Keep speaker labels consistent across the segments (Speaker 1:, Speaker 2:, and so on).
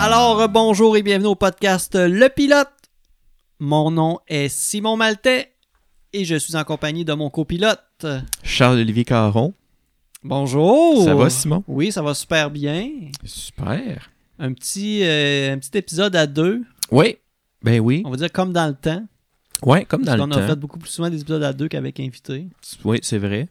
Speaker 1: Alors, euh, bonjour et bienvenue au podcast euh, Le Pilote. Mon nom est Simon Maltais et je suis en compagnie de mon copilote. Euh,
Speaker 2: Charles-Olivier Caron.
Speaker 1: Bonjour.
Speaker 2: Ça va, Simon?
Speaker 1: Oui, ça va super bien.
Speaker 2: Super.
Speaker 1: Un petit, euh, un petit épisode à deux,
Speaker 2: Oui. Ben oui.
Speaker 1: on va dire comme dans le temps.
Speaker 2: Ouais, comme dans
Speaker 1: parce
Speaker 2: le
Speaker 1: qu'on a fait
Speaker 2: temps.
Speaker 1: beaucoup plus souvent des épisodes à deux qu'avec invités.
Speaker 2: Oui, c'est vrai.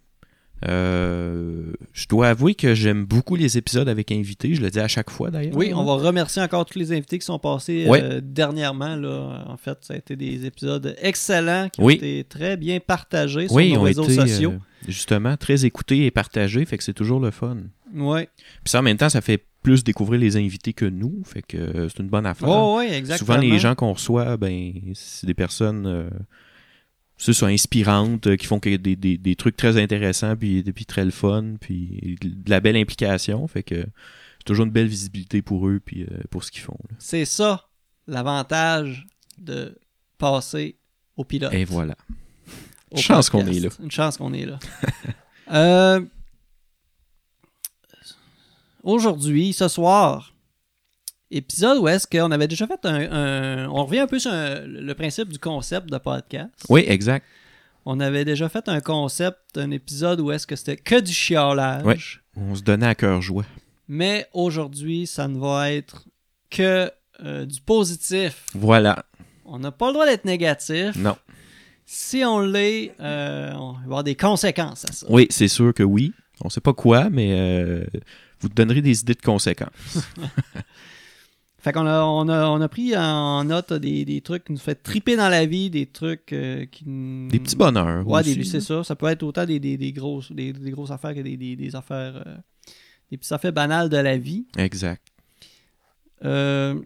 Speaker 2: Euh, je dois avouer que j'aime beaucoup les épisodes avec invités. Je le dis à chaque fois, d'ailleurs.
Speaker 1: Oui, on va remercier encore tous les invités qui sont passés euh,
Speaker 2: Ouais.
Speaker 1: dernièrement. Là. En fait, ça a été des épisodes excellents qui
Speaker 2: Oui.
Speaker 1: ont été très bien partagés sur
Speaker 2: Oui, ils
Speaker 1: nos
Speaker 2: ont
Speaker 1: réseaux
Speaker 2: été, euh,
Speaker 1: sociaux.
Speaker 2: justement, très écoutés et partagés. Fait que c'est toujours le fun.
Speaker 1: Oui,
Speaker 2: Puis ça, en même temps, ça fait plus découvrir les invités que nous. Fait que euh, c'est une bonne affaire.
Speaker 1: Oh, oui, exactement.
Speaker 2: Souvent, les gens qu'on reçoit, ben, c'est des personnes, euh, c'est ça, inspirantes, euh, qui font que des, des- des trucs très intéressants, puis, puis très le fun, puis de la belle implication. Fait que c'est toujours une belle visibilité pour eux, puis euh, pour ce qu'ils font. là.
Speaker 1: C'est ça l'avantage de passer au pilote.
Speaker 2: Et voilà.
Speaker 1: au
Speaker 2: chance qu'on
Speaker 1: podcast.
Speaker 2: est là.
Speaker 1: Une chance qu'on est là. Euh, Aujourd'hui, ce soir, épisode où est-ce qu'on avait déjà fait un, un- On revient un peu sur un- le principe du concept de podcast.
Speaker 2: Oui, exact.
Speaker 1: On avait déjà fait un concept, un épisode où est-ce que c'était que du chiolage.
Speaker 2: Ouais. On se donnait à cœur joie.
Speaker 1: Mais aujourd'hui, ça ne va être que euh, du positif.
Speaker 2: Voilà.
Speaker 1: On n'a pas le droit d'être négatif.
Speaker 2: Non.
Speaker 1: Si on l'est, euh, on va avoir des conséquences à ça.
Speaker 2: Oui, c'est sûr que oui. On sait pas quoi, mais euh, vous te donnerez des idées de conséquences.
Speaker 1: Fait qu'on a, on a, on a pris en note des, des trucs qui nous fait triper dans la vie, des trucs euh, qui nous...
Speaker 2: Des petits bonheurs.
Speaker 1: Ouais,
Speaker 2: aussi, hein.
Speaker 1: des, c'est
Speaker 2: là.
Speaker 1: ça. Ça peut être autant des, des, des grosses, des, des grosses affaires que des, des, des affaires... euh, des petites affaires banales de la vie.
Speaker 2: Exact.
Speaker 1: Euh,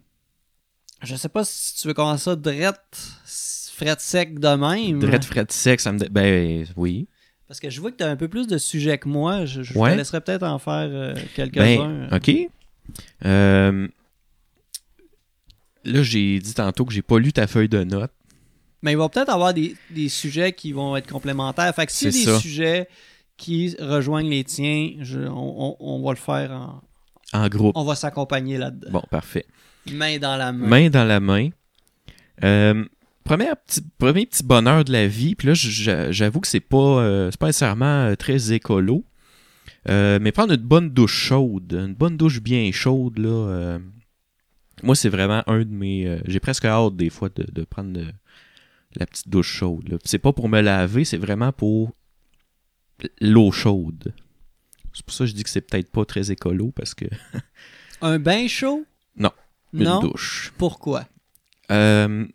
Speaker 1: je sais pas si tu veux commencer ça drette, fret sec de même.
Speaker 2: Drette, fret, sec, ça me. dé- Ben oui.
Speaker 1: Parce que je vois que tu as un peu plus de sujets que moi. Je, je
Speaker 2: Ouais.
Speaker 1: te laisserai peut-être en faire euh, quelques-uns.
Speaker 2: Ben, OK. Euh, là, j'ai dit tantôt que j'ai pas lu ta feuille de notes.
Speaker 1: Mais il va peut-être avoir des, des sujets qui vont être complémentaires. Fait que s'il y a
Speaker 2: C'est
Speaker 1: des
Speaker 2: ça.
Speaker 1: sujets qui rejoignent les tiens, je- on, on- on va le faire en-
Speaker 2: En groupe.
Speaker 1: On va s'accompagner là-dedans.
Speaker 2: Bon, parfait.
Speaker 1: Main dans la main.
Speaker 2: Main dans la main. Euh, première petit- premier petit bonheur de la vie. Puis là, j- j'a- j'avoue que c'est pas, euh, c'est pas nécessairement euh, très écolo. Euh, mais prendre une bonne douche chaude, une bonne douche bien chaude, là. euh, moi, c'est vraiment un de mes. euh, J'ai presque hâte des fois de, de prendre de- la petite douche chaude. là. Puis C'est pas pour me laver, c'est vraiment pour l'eau chaude. C'est pour ça que je dis que c'est peut-être pas très écolo parce que
Speaker 1: Un bain chaud?
Speaker 2: Non. une
Speaker 1: Non?
Speaker 2: douche.
Speaker 1: Pourquoi?
Speaker 2: Euh,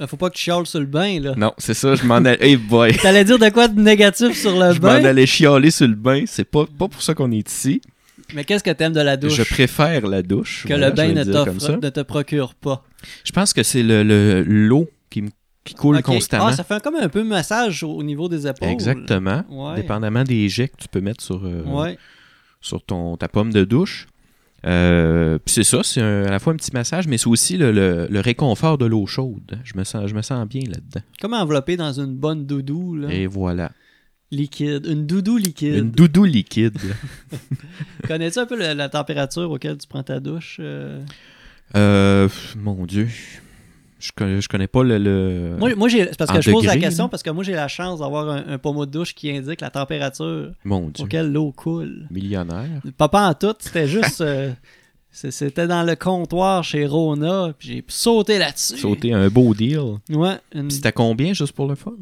Speaker 1: Euh, Faut pas que tu chiales sur le bain, là.
Speaker 2: non, c'est ça, je m'en allais. Hey boy!
Speaker 1: T'allais dire de quoi de négatif sur le
Speaker 2: je m'en
Speaker 1: bain?
Speaker 2: allais chialer sur le bain. C'est pas, pas pour ça qu'on est ici.
Speaker 1: Mais qu'est-ce que t'aimes de la douche
Speaker 2: Je préfère la douche.
Speaker 1: que
Speaker 2: voilà,
Speaker 1: le bain
Speaker 2: je vais
Speaker 1: ne,
Speaker 2: dire comme ça.
Speaker 1: t'offre, ne te procure pas?
Speaker 2: Je pense que c'est le, le- l'eau qui, me- qui coule
Speaker 1: Ok.
Speaker 2: constamment.
Speaker 1: Ah, ça fait comme un peu massage au, au niveau des épaules.
Speaker 2: Exactement.
Speaker 1: Ouais.
Speaker 2: Dépendamment des jets que tu peux mettre sur, euh,
Speaker 1: Ouais.
Speaker 2: sur ton, ta pomme de douche. Euh, puis c'est ça, c'est un- à la fois un petit massage, mais c'est aussi le, le- le réconfort de l'eau chaude. hein. Je me sens, je me sens bien là-dedans.
Speaker 1: Comme enveloppé dans une bonne doudou, là.
Speaker 2: Et voilà.
Speaker 1: Liquide. Une doudou liquide.
Speaker 2: Une doudou liquide.
Speaker 1: Connais-tu un peu le- la température auquel tu prends ta douche? euh?
Speaker 2: Euh, pff, mon Dieu. Je connais, je connais pas le. le-
Speaker 1: Moi, moi, j'ai- c'est parce
Speaker 2: Euh, en
Speaker 1: que je pose la
Speaker 2: degrés,
Speaker 1: question
Speaker 2: là?
Speaker 1: parce que moi j'ai la chance d'avoir un, un pommeau de douche qui indique la température
Speaker 2: Mon Dieu.
Speaker 1: auquelle l'eau coule.
Speaker 2: Millionnaire.
Speaker 1: Papa en tout, c'était juste. euh, c'est- c'était dans le comptoir chez Rona, puis j'ai sauté là-dessus.
Speaker 2: Sauter un beau deal.
Speaker 1: Ouais, une-
Speaker 2: Puis c'était combien juste pour le fun?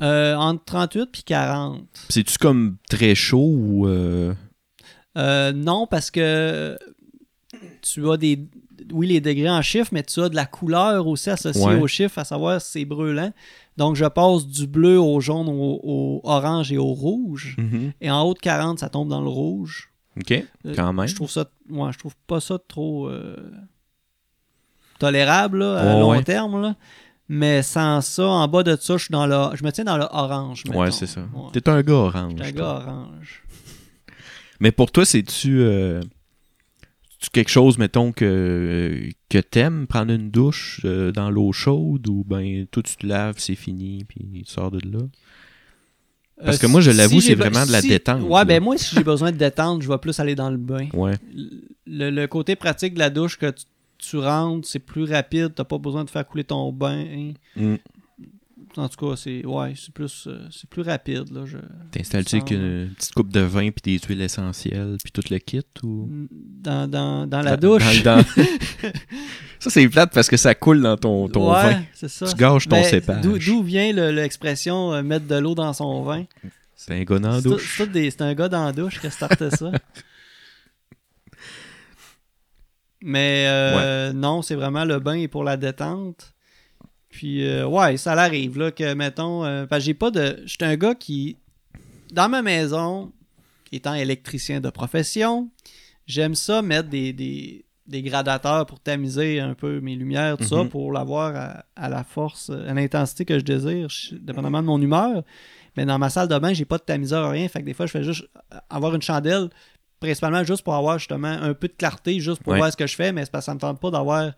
Speaker 1: euh, entre 38 puis 40.
Speaker 2: Puis C'est-tu comme très chaud ou. euh,
Speaker 1: Euh, non, parce que tu as des. Oui, les degrés en chiffres, mais tu as de la couleur aussi associée
Speaker 2: Ouais.
Speaker 1: aux chiffres, à savoir si c'est brûlant. Donc, je passe du bleu au jaune, au, au orange et au rouge. Et en haut de 40, ça tombe dans le rouge.
Speaker 2: Mm-hmm. Ok,
Speaker 1: Euh,
Speaker 2: quand même.
Speaker 1: Je trouve ça. ouais, je trouve pas ça trop euh, tolérable là, à
Speaker 2: Ouais,
Speaker 1: long
Speaker 2: ouais.
Speaker 1: terme. là. Mais sans ça, en bas de ça, je, suis dans le, je me tiens dans le orange.
Speaker 2: Ouais,
Speaker 1: mettons.
Speaker 2: c'est ça.
Speaker 1: Ouais.
Speaker 2: T'es un gars orange.
Speaker 1: Je suis un
Speaker 2: toi.
Speaker 1: gars orange.
Speaker 2: Mais pour toi, c'est-tu. euh, c'est-tu quelque chose, mettons, que, que t'aimes, prendre une douche euh, dans l'eau chaude ou ben tout tu te laves, c'est fini, puis tu sors de là? Parce que moi, je l'avoue,
Speaker 1: Euh, si
Speaker 2: c'est
Speaker 1: j'ai-
Speaker 2: vraiment de la détente,
Speaker 1: Ouais,
Speaker 2: là.
Speaker 1: ben moi, si j'ai besoin de détente, je vais plus aller dans le bain.
Speaker 2: Ouais.
Speaker 1: L- le, le côté pratique de la douche que tu, tu rentres, c'est plus rapide, t'as pas besoin de faire couler ton bain. hein.
Speaker 2: Mm.
Speaker 1: En tout cas, c'est ouais, c'est plus, euh, c'est plus rapide. Là, je-
Speaker 2: T'installes-tu avec une petite coupe de vin, puis des huiles essentielles, puis tout le kit, ou...
Speaker 1: dans, dans, dans la
Speaker 2: Dans-
Speaker 1: douche.
Speaker 2: dans- dans- ça, c'est plate parce que ça coule dans ton, ton
Speaker 1: ouais,
Speaker 2: vin.
Speaker 1: c'est ça.
Speaker 2: Tu gâches ton
Speaker 1: Ben,
Speaker 2: cépage.
Speaker 1: d'où- D'où vient le- l'expression euh, mettre de l'eau dans son vin
Speaker 2: C'est un gars dans la
Speaker 1: C'est tout-
Speaker 2: douche.
Speaker 1: c'est tout des- C'est un gars dans la douche qui startait ça. Mais euh, non, c'est vraiment le bain est pour la détente. Puis euh, ouais, ça l'arrive là que mettons euh, parce que j'ai pas de j'étais un gars qui dans ma maison étant électricien de profession, j'aime ça mettre des, des, des gradateurs pour tamiser un peu mes lumières tout ça
Speaker 2: Mhm.
Speaker 1: pour l'avoir à, à la force, à l'intensité que je désire, je- dépendamment de mon humeur. Mais dans ma salle de bain, j'ai pas de tamiseur, rien. Fait que des fois, je fais juste avoir une chandelle, principalement juste pour avoir justement un peu de clarté, juste pour
Speaker 2: Ouais.
Speaker 1: voir ce que je fais, mais c'est parce que ça me tente pas d'avoir.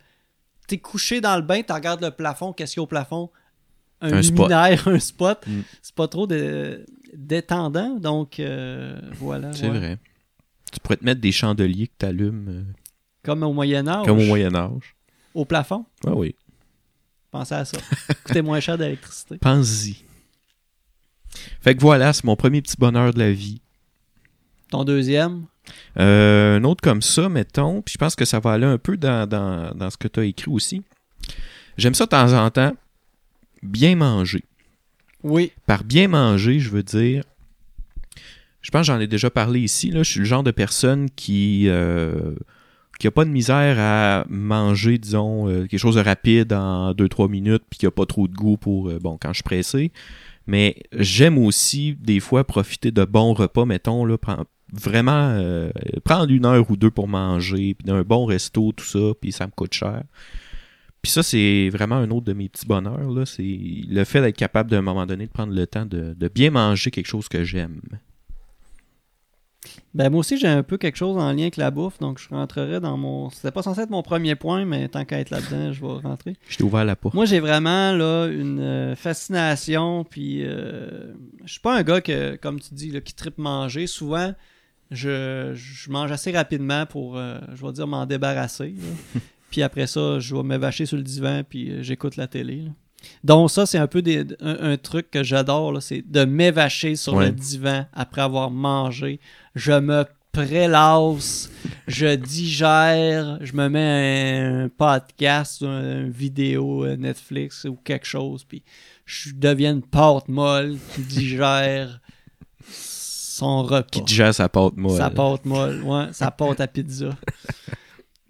Speaker 1: T'es couché dans le bain, tu regardes le plafond, qu'est-ce qu'il y a au plafond Un,
Speaker 2: Un spot.
Speaker 1: luminaire, un spot.
Speaker 2: Mm.
Speaker 1: C'est pas trop de- détendant, donc euh, voilà.
Speaker 2: C'est
Speaker 1: ouais.
Speaker 2: vrai. Tu pourrais te mettre des chandeliers que t'allumes
Speaker 1: Comme au Moyen-Âge,
Speaker 2: euh, comme au Moyen-Âge.
Speaker 1: au plafond.
Speaker 2: Ah oui.
Speaker 1: Pensez à ça. Coûtait moins cher d'électricité.
Speaker 2: Pense-y. Fait que voilà, c'est mon premier petit bonheur de la vie.
Speaker 1: Ton deuxième,
Speaker 2: Euh, un autre comme ça, mettons, puis je pense que ça va aller un peu dans, dans- dans ce que tu as écrit aussi. J'aime ça de temps en temps, bien manger.
Speaker 1: oui.
Speaker 2: Par bien manger, je veux dire, je pense que j'en ai déjà parlé ici, là, je suis le genre de personne qui euh, qui a pas de misère à manger, disons, euh, quelque chose de rapide en 2-3 minutes, puis qui a pas trop de goût pour, euh, bon, quand je suis pressé. Mais j'aime aussi, des fois, profiter de bons repas, mettons, là, prendre- vraiment euh, prendre une heure ou deux pour manger, puis d'un bon resto, tout ça, puis ça me coûte cher. Puis ça, c'est vraiment un autre de mes petits bonheurs, là. C'est le fait d'être capable, d'un moment donné, de prendre le temps de, de bien manger quelque chose que j'aime.
Speaker 1: Ben moi aussi j'ai un peu quelque chose en lien avec la bouffe, donc je rentrerai dans mon. C'était pas censé être mon premier point, mais tant qu'à être là-dedans, je vais rentrer.
Speaker 2: Je t'ai ouvert la porte.
Speaker 1: Moi, j'ai vraiment là une euh, fascination, puis euh, je suis pas un gars que, comme tu dis, là, qui tripe manger. Souvent, je, je mange assez rapidement pour, euh, je vais dire, m'en débarrasser. là. puis après ça, je vais me vacher sur le divan, puis euh, j'écoute la télé. là. Donc ça, c'est un peu des- un, un truc que j'adore, là, c'est de m'évacher sur
Speaker 2: Ouais.
Speaker 1: le divan après avoir mangé. Je me prélasse, je digère, je me mets un podcast, un- une vidéo euh, Netflix ou quelque chose, puis je deviens une pâte molle qui digère son repas.
Speaker 2: Qui digère sa pâte molle.
Speaker 1: Sa pâte molle, ouais, sa pâte à pizza.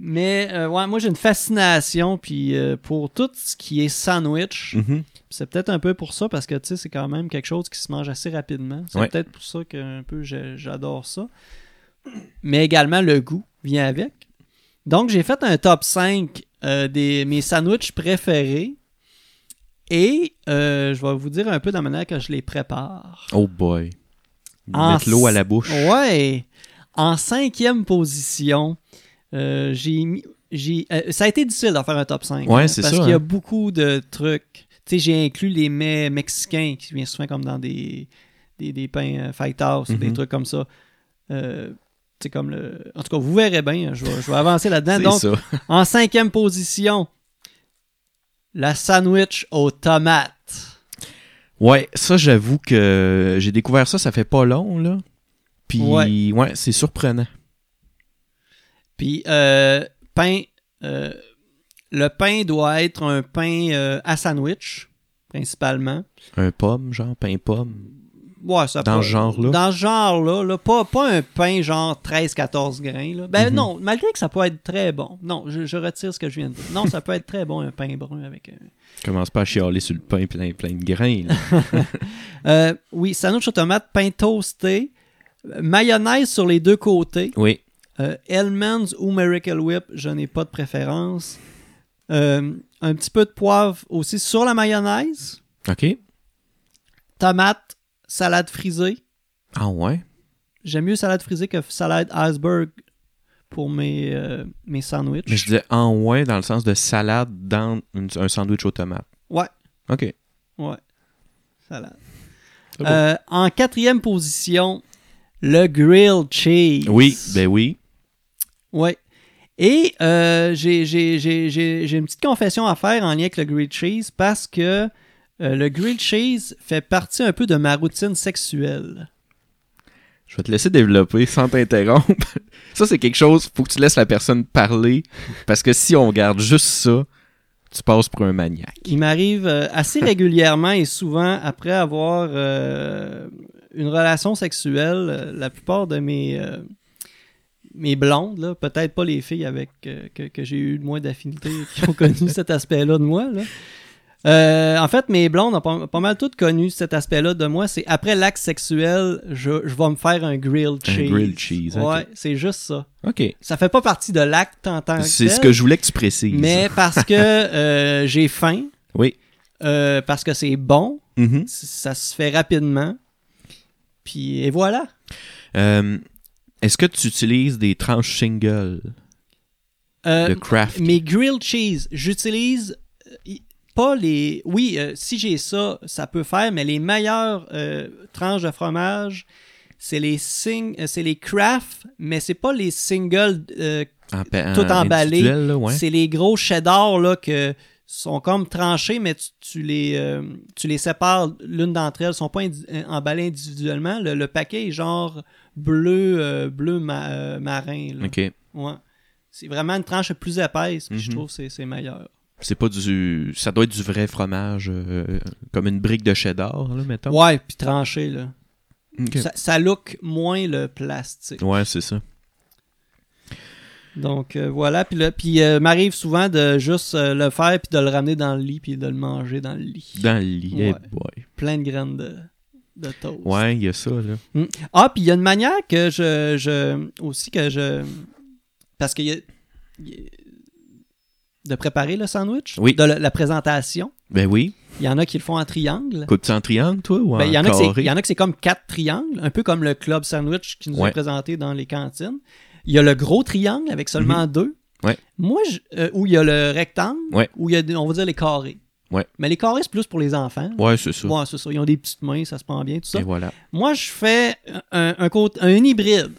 Speaker 1: Mais euh, ouais, moi j'ai une fascination puis euh, pour tout ce qui est sandwich.
Speaker 2: Mhm.
Speaker 1: C'est peut-être un peu pour ça parce que tu sais c'est quand même quelque chose qui se mange assez rapidement. C'est
Speaker 2: Ouais.
Speaker 1: peut-être pour ça que un peu j'ai- j'adore ça. Mais également le goût vient avec. Donc j'ai fait un top 5 euh, des mes sandwichs préférés et euh, je vais vous dire un peu de la manière que je les prépare.
Speaker 2: Oh boy.
Speaker 1: En
Speaker 2: Mettre l'eau à la bouche.
Speaker 1: Ah, Ouais. En cinquième position, euh, j'ai mis. j'ai- euh, ça a été difficile d'en faire un top 5.
Speaker 2: Ouais, c'est
Speaker 1: Parce
Speaker 2: ça,
Speaker 1: qu'il y a
Speaker 2: hein.
Speaker 1: beaucoup de trucs. Tu sais, j'ai inclus les mets mexicains qui viennent souvent comme dans des, des, des pains euh, fight house ou des
Speaker 2: Mhm.
Speaker 1: trucs comme ça. Euh, tu sais, comme le... En tout cas, vous verrez bien. hein, Je vais, je vais avancer là-dedans.
Speaker 2: C'est
Speaker 1: hein, Donc,
Speaker 2: ça.
Speaker 1: en cinquième position, la sandwich aux tomates.
Speaker 2: Ouais, ça, j'avoue que j'ai découvert ça, ça fait pas long, là. Puis,
Speaker 1: Ouais.
Speaker 2: ouais, c'est surprenant.
Speaker 1: Puis, euh, pain, euh, le pain doit être un pain euh, à sandwich, principalement.
Speaker 2: Un pomme, genre, pain pomme.
Speaker 1: Ouais, ça
Speaker 2: Dans
Speaker 1: peut-
Speaker 2: ce genre-là?
Speaker 1: Euh, Dans ce genre-là, là, pas, pas un pain genre 13-14 grains. là. Ben
Speaker 2: Mhm.
Speaker 1: non, malgré que ça peut être très bon. Non, je, je retire ce que je viens de dire. Non, ça peut être très bon un pain brun avec un,
Speaker 2: Je commence pas à chialer sur le pain plein, plein de grains, là.
Speaker 1: Euh, oui, sandwich aux tomates, pain toasté, euh, mayonnaise sur les deux côtés,
Speaker 2: Oui.
Speaker 1: euh, Hellman's ou Miracle Whip, je n'ai pas de préférence. Euh, un petit peu de poivre aussi sur la mayonnaise,
Speaker 2: OK.
Speaker 1: tomate, salade frisée.
Speaker 2: Ah ouais.
Speaker 1: J'aime mieux salade frisée que salade iceberg pour mes, euh, mes sandwichs.
Speaker 2: Mais je disais en ouais dans le sens de salade dans une- un sandwich aux tomates.
Speaker 1: Ouais,
Speaker 2: OK.
Speaker 1: ouais. Salade.
Speaker 2: C'est beau.
Speaker 1: Euh, en quatrième position, le grilled cheese.
Speaker 2: Oui, ben oui.
Speaker 1: Ouais. Et euh, j'ai- j'ai j'ai- j'ai- j'ai une petite confession à faire en lien avec le grilled cheese parce que euh, le grilled cheese fait partie un peu de ma routine sexuelle.
Speaker 2: Je vais te laisser développer sans t'interrompre. ça, c'est quelque chose, faut que tu laisses la personne parler. Parce que si on garde juste ça, tu passes pour un maniaque.
Speaker 1: Il m'arrive euh, assez régulièrement et souvent après avoir euh, une relation sexuelle, euh, la plupart de mes, euh, mes blondes, là, peut-être pas les filles avec euh, que, que j'ai eu le moins d'affinité qui ont connu cet aspect-là de moi. là. Euh, en fait, mes blondes ont pas, pas mal toutes connu cet aspect-là de moi. C'est après l'acte sexuel, je, je vais me faire un grilled
Speaker 2: Un
Speaker 1: cheese.
Speaker 2: grilled cheese, ok.
Speaker 1: Ouais, c'est juste ça.
Speaker 2: OK.
Speaker 1: Ça fait pas partie de l'acte en tant que
Speaker 2: C'est ce
Speaker 1: tel,
Speaker 2: que je voulais que tu précises.
Speaker 1: Mais parce que euh, j'ai faim,
Speaker 2: Oui.
Speaker 1: euh, parce que c'est bon,
Speaker 2: Mhm.
Speaker 1: c- ça se fait rapidement. Puis et voilà.
Speaker 2: Euh, Est-ce que tu utilises des tranches singles
Speaker 1: Euh,
Speaker 2: de craft?
Speaker 1: mes grilled cheese, j'utilise euh, y- pas les. Oui, euh, si j'ai ça, ça peut faire, mais les meilleures euh, tranches de fromage, c'est les sing, euh, c'est les craft, mais c'est pas les singles. euh,
Speaker 2: En, pa-
Speaker 1: tout emballé.
Speaker 2: individuel, là, ouais.
Speaker 1: C'est les gros cheddar là que sont comme tranchés, mais tu, tu les euh, tu les sépares l'une d'entre elles, sont pas indi- euh, emballées individuellement. Le, le paquet est genre bleu euh, bleu ma- euh, marin. là.
Speaker 2: OK.
Speaker 1: Ouais. C'est vraiment une tranche plus épaisse, puis je
Speaker 2: Mhm.
Speaker 1: trouve que c'est- c'est meilleur.
Speaker 2: C'est pas du... Ça doit être du vrai fromage, euh, comme une brique de cheddar, là, mettons.
Speaker 1: Ouais, puis tranché, là.
Speaker 2: OK.
Speaker 1: Ça, ça look moins le plastique.
Speaker 2: Ouais, c'est ça.
Speaker 1: Donc euh, voilà, puis là, puis euh, m'arrive souvent de juste euh, le faire, puis de le ramener dans le lit, puis de le manger dans le lit.
Speaker 2: Dans le lit. eh
Speaker 1: Ouais.
Speaker 2: boy.
Speaker 1: Plein de graines de, de toast.
Speaker 2: Ouais, il y a ça, là.
Speaker 1: Mm. Ah, puis il y a une manière que je, je- aussi que je parce que y a- y a- de préparer le sandwich,
Speaker 2: Oui.
Speaker 1: de la, la présentation,
Speaker 2: Ben oui.
Speaker 1: il y en a qui le font en triangle.
Speaker 2: Coupes-tu en triangle, toi, ou
Speaker 1: Ben, il y en
Speaker 2: en
Speaker 1: a que c'est-
Speaker 2: carré?
Speaker 1: il y en a que c'est comme quatre triangles, un peu comme le club sandwich qui nous
Speaker 2: Ouais.
Speaker 1: est présenté dans les cantines. Il y a le gros triangle avec seulement deux.
Speaker 2: Mhm. Ouais.
Speaker 1: Moi, je- euh, où il y a le rectangle,
Speaker 2: Ouais.
Speaker 1: où il y a, des- on va dire les carrés.
Speaker 2: Ouais.
Speaker 1: Mais les carrés, c'est plus pour les enfants.
Speaker 2: Ouais, c'est ça.
Speaker 1: Ouais, c'est ça. Ils ont des petites mains, ça se prend bien, tout ça.
Speaker 2: Et voilà.
Speaker 1: Moi, je fais un, un, côté- un hybride.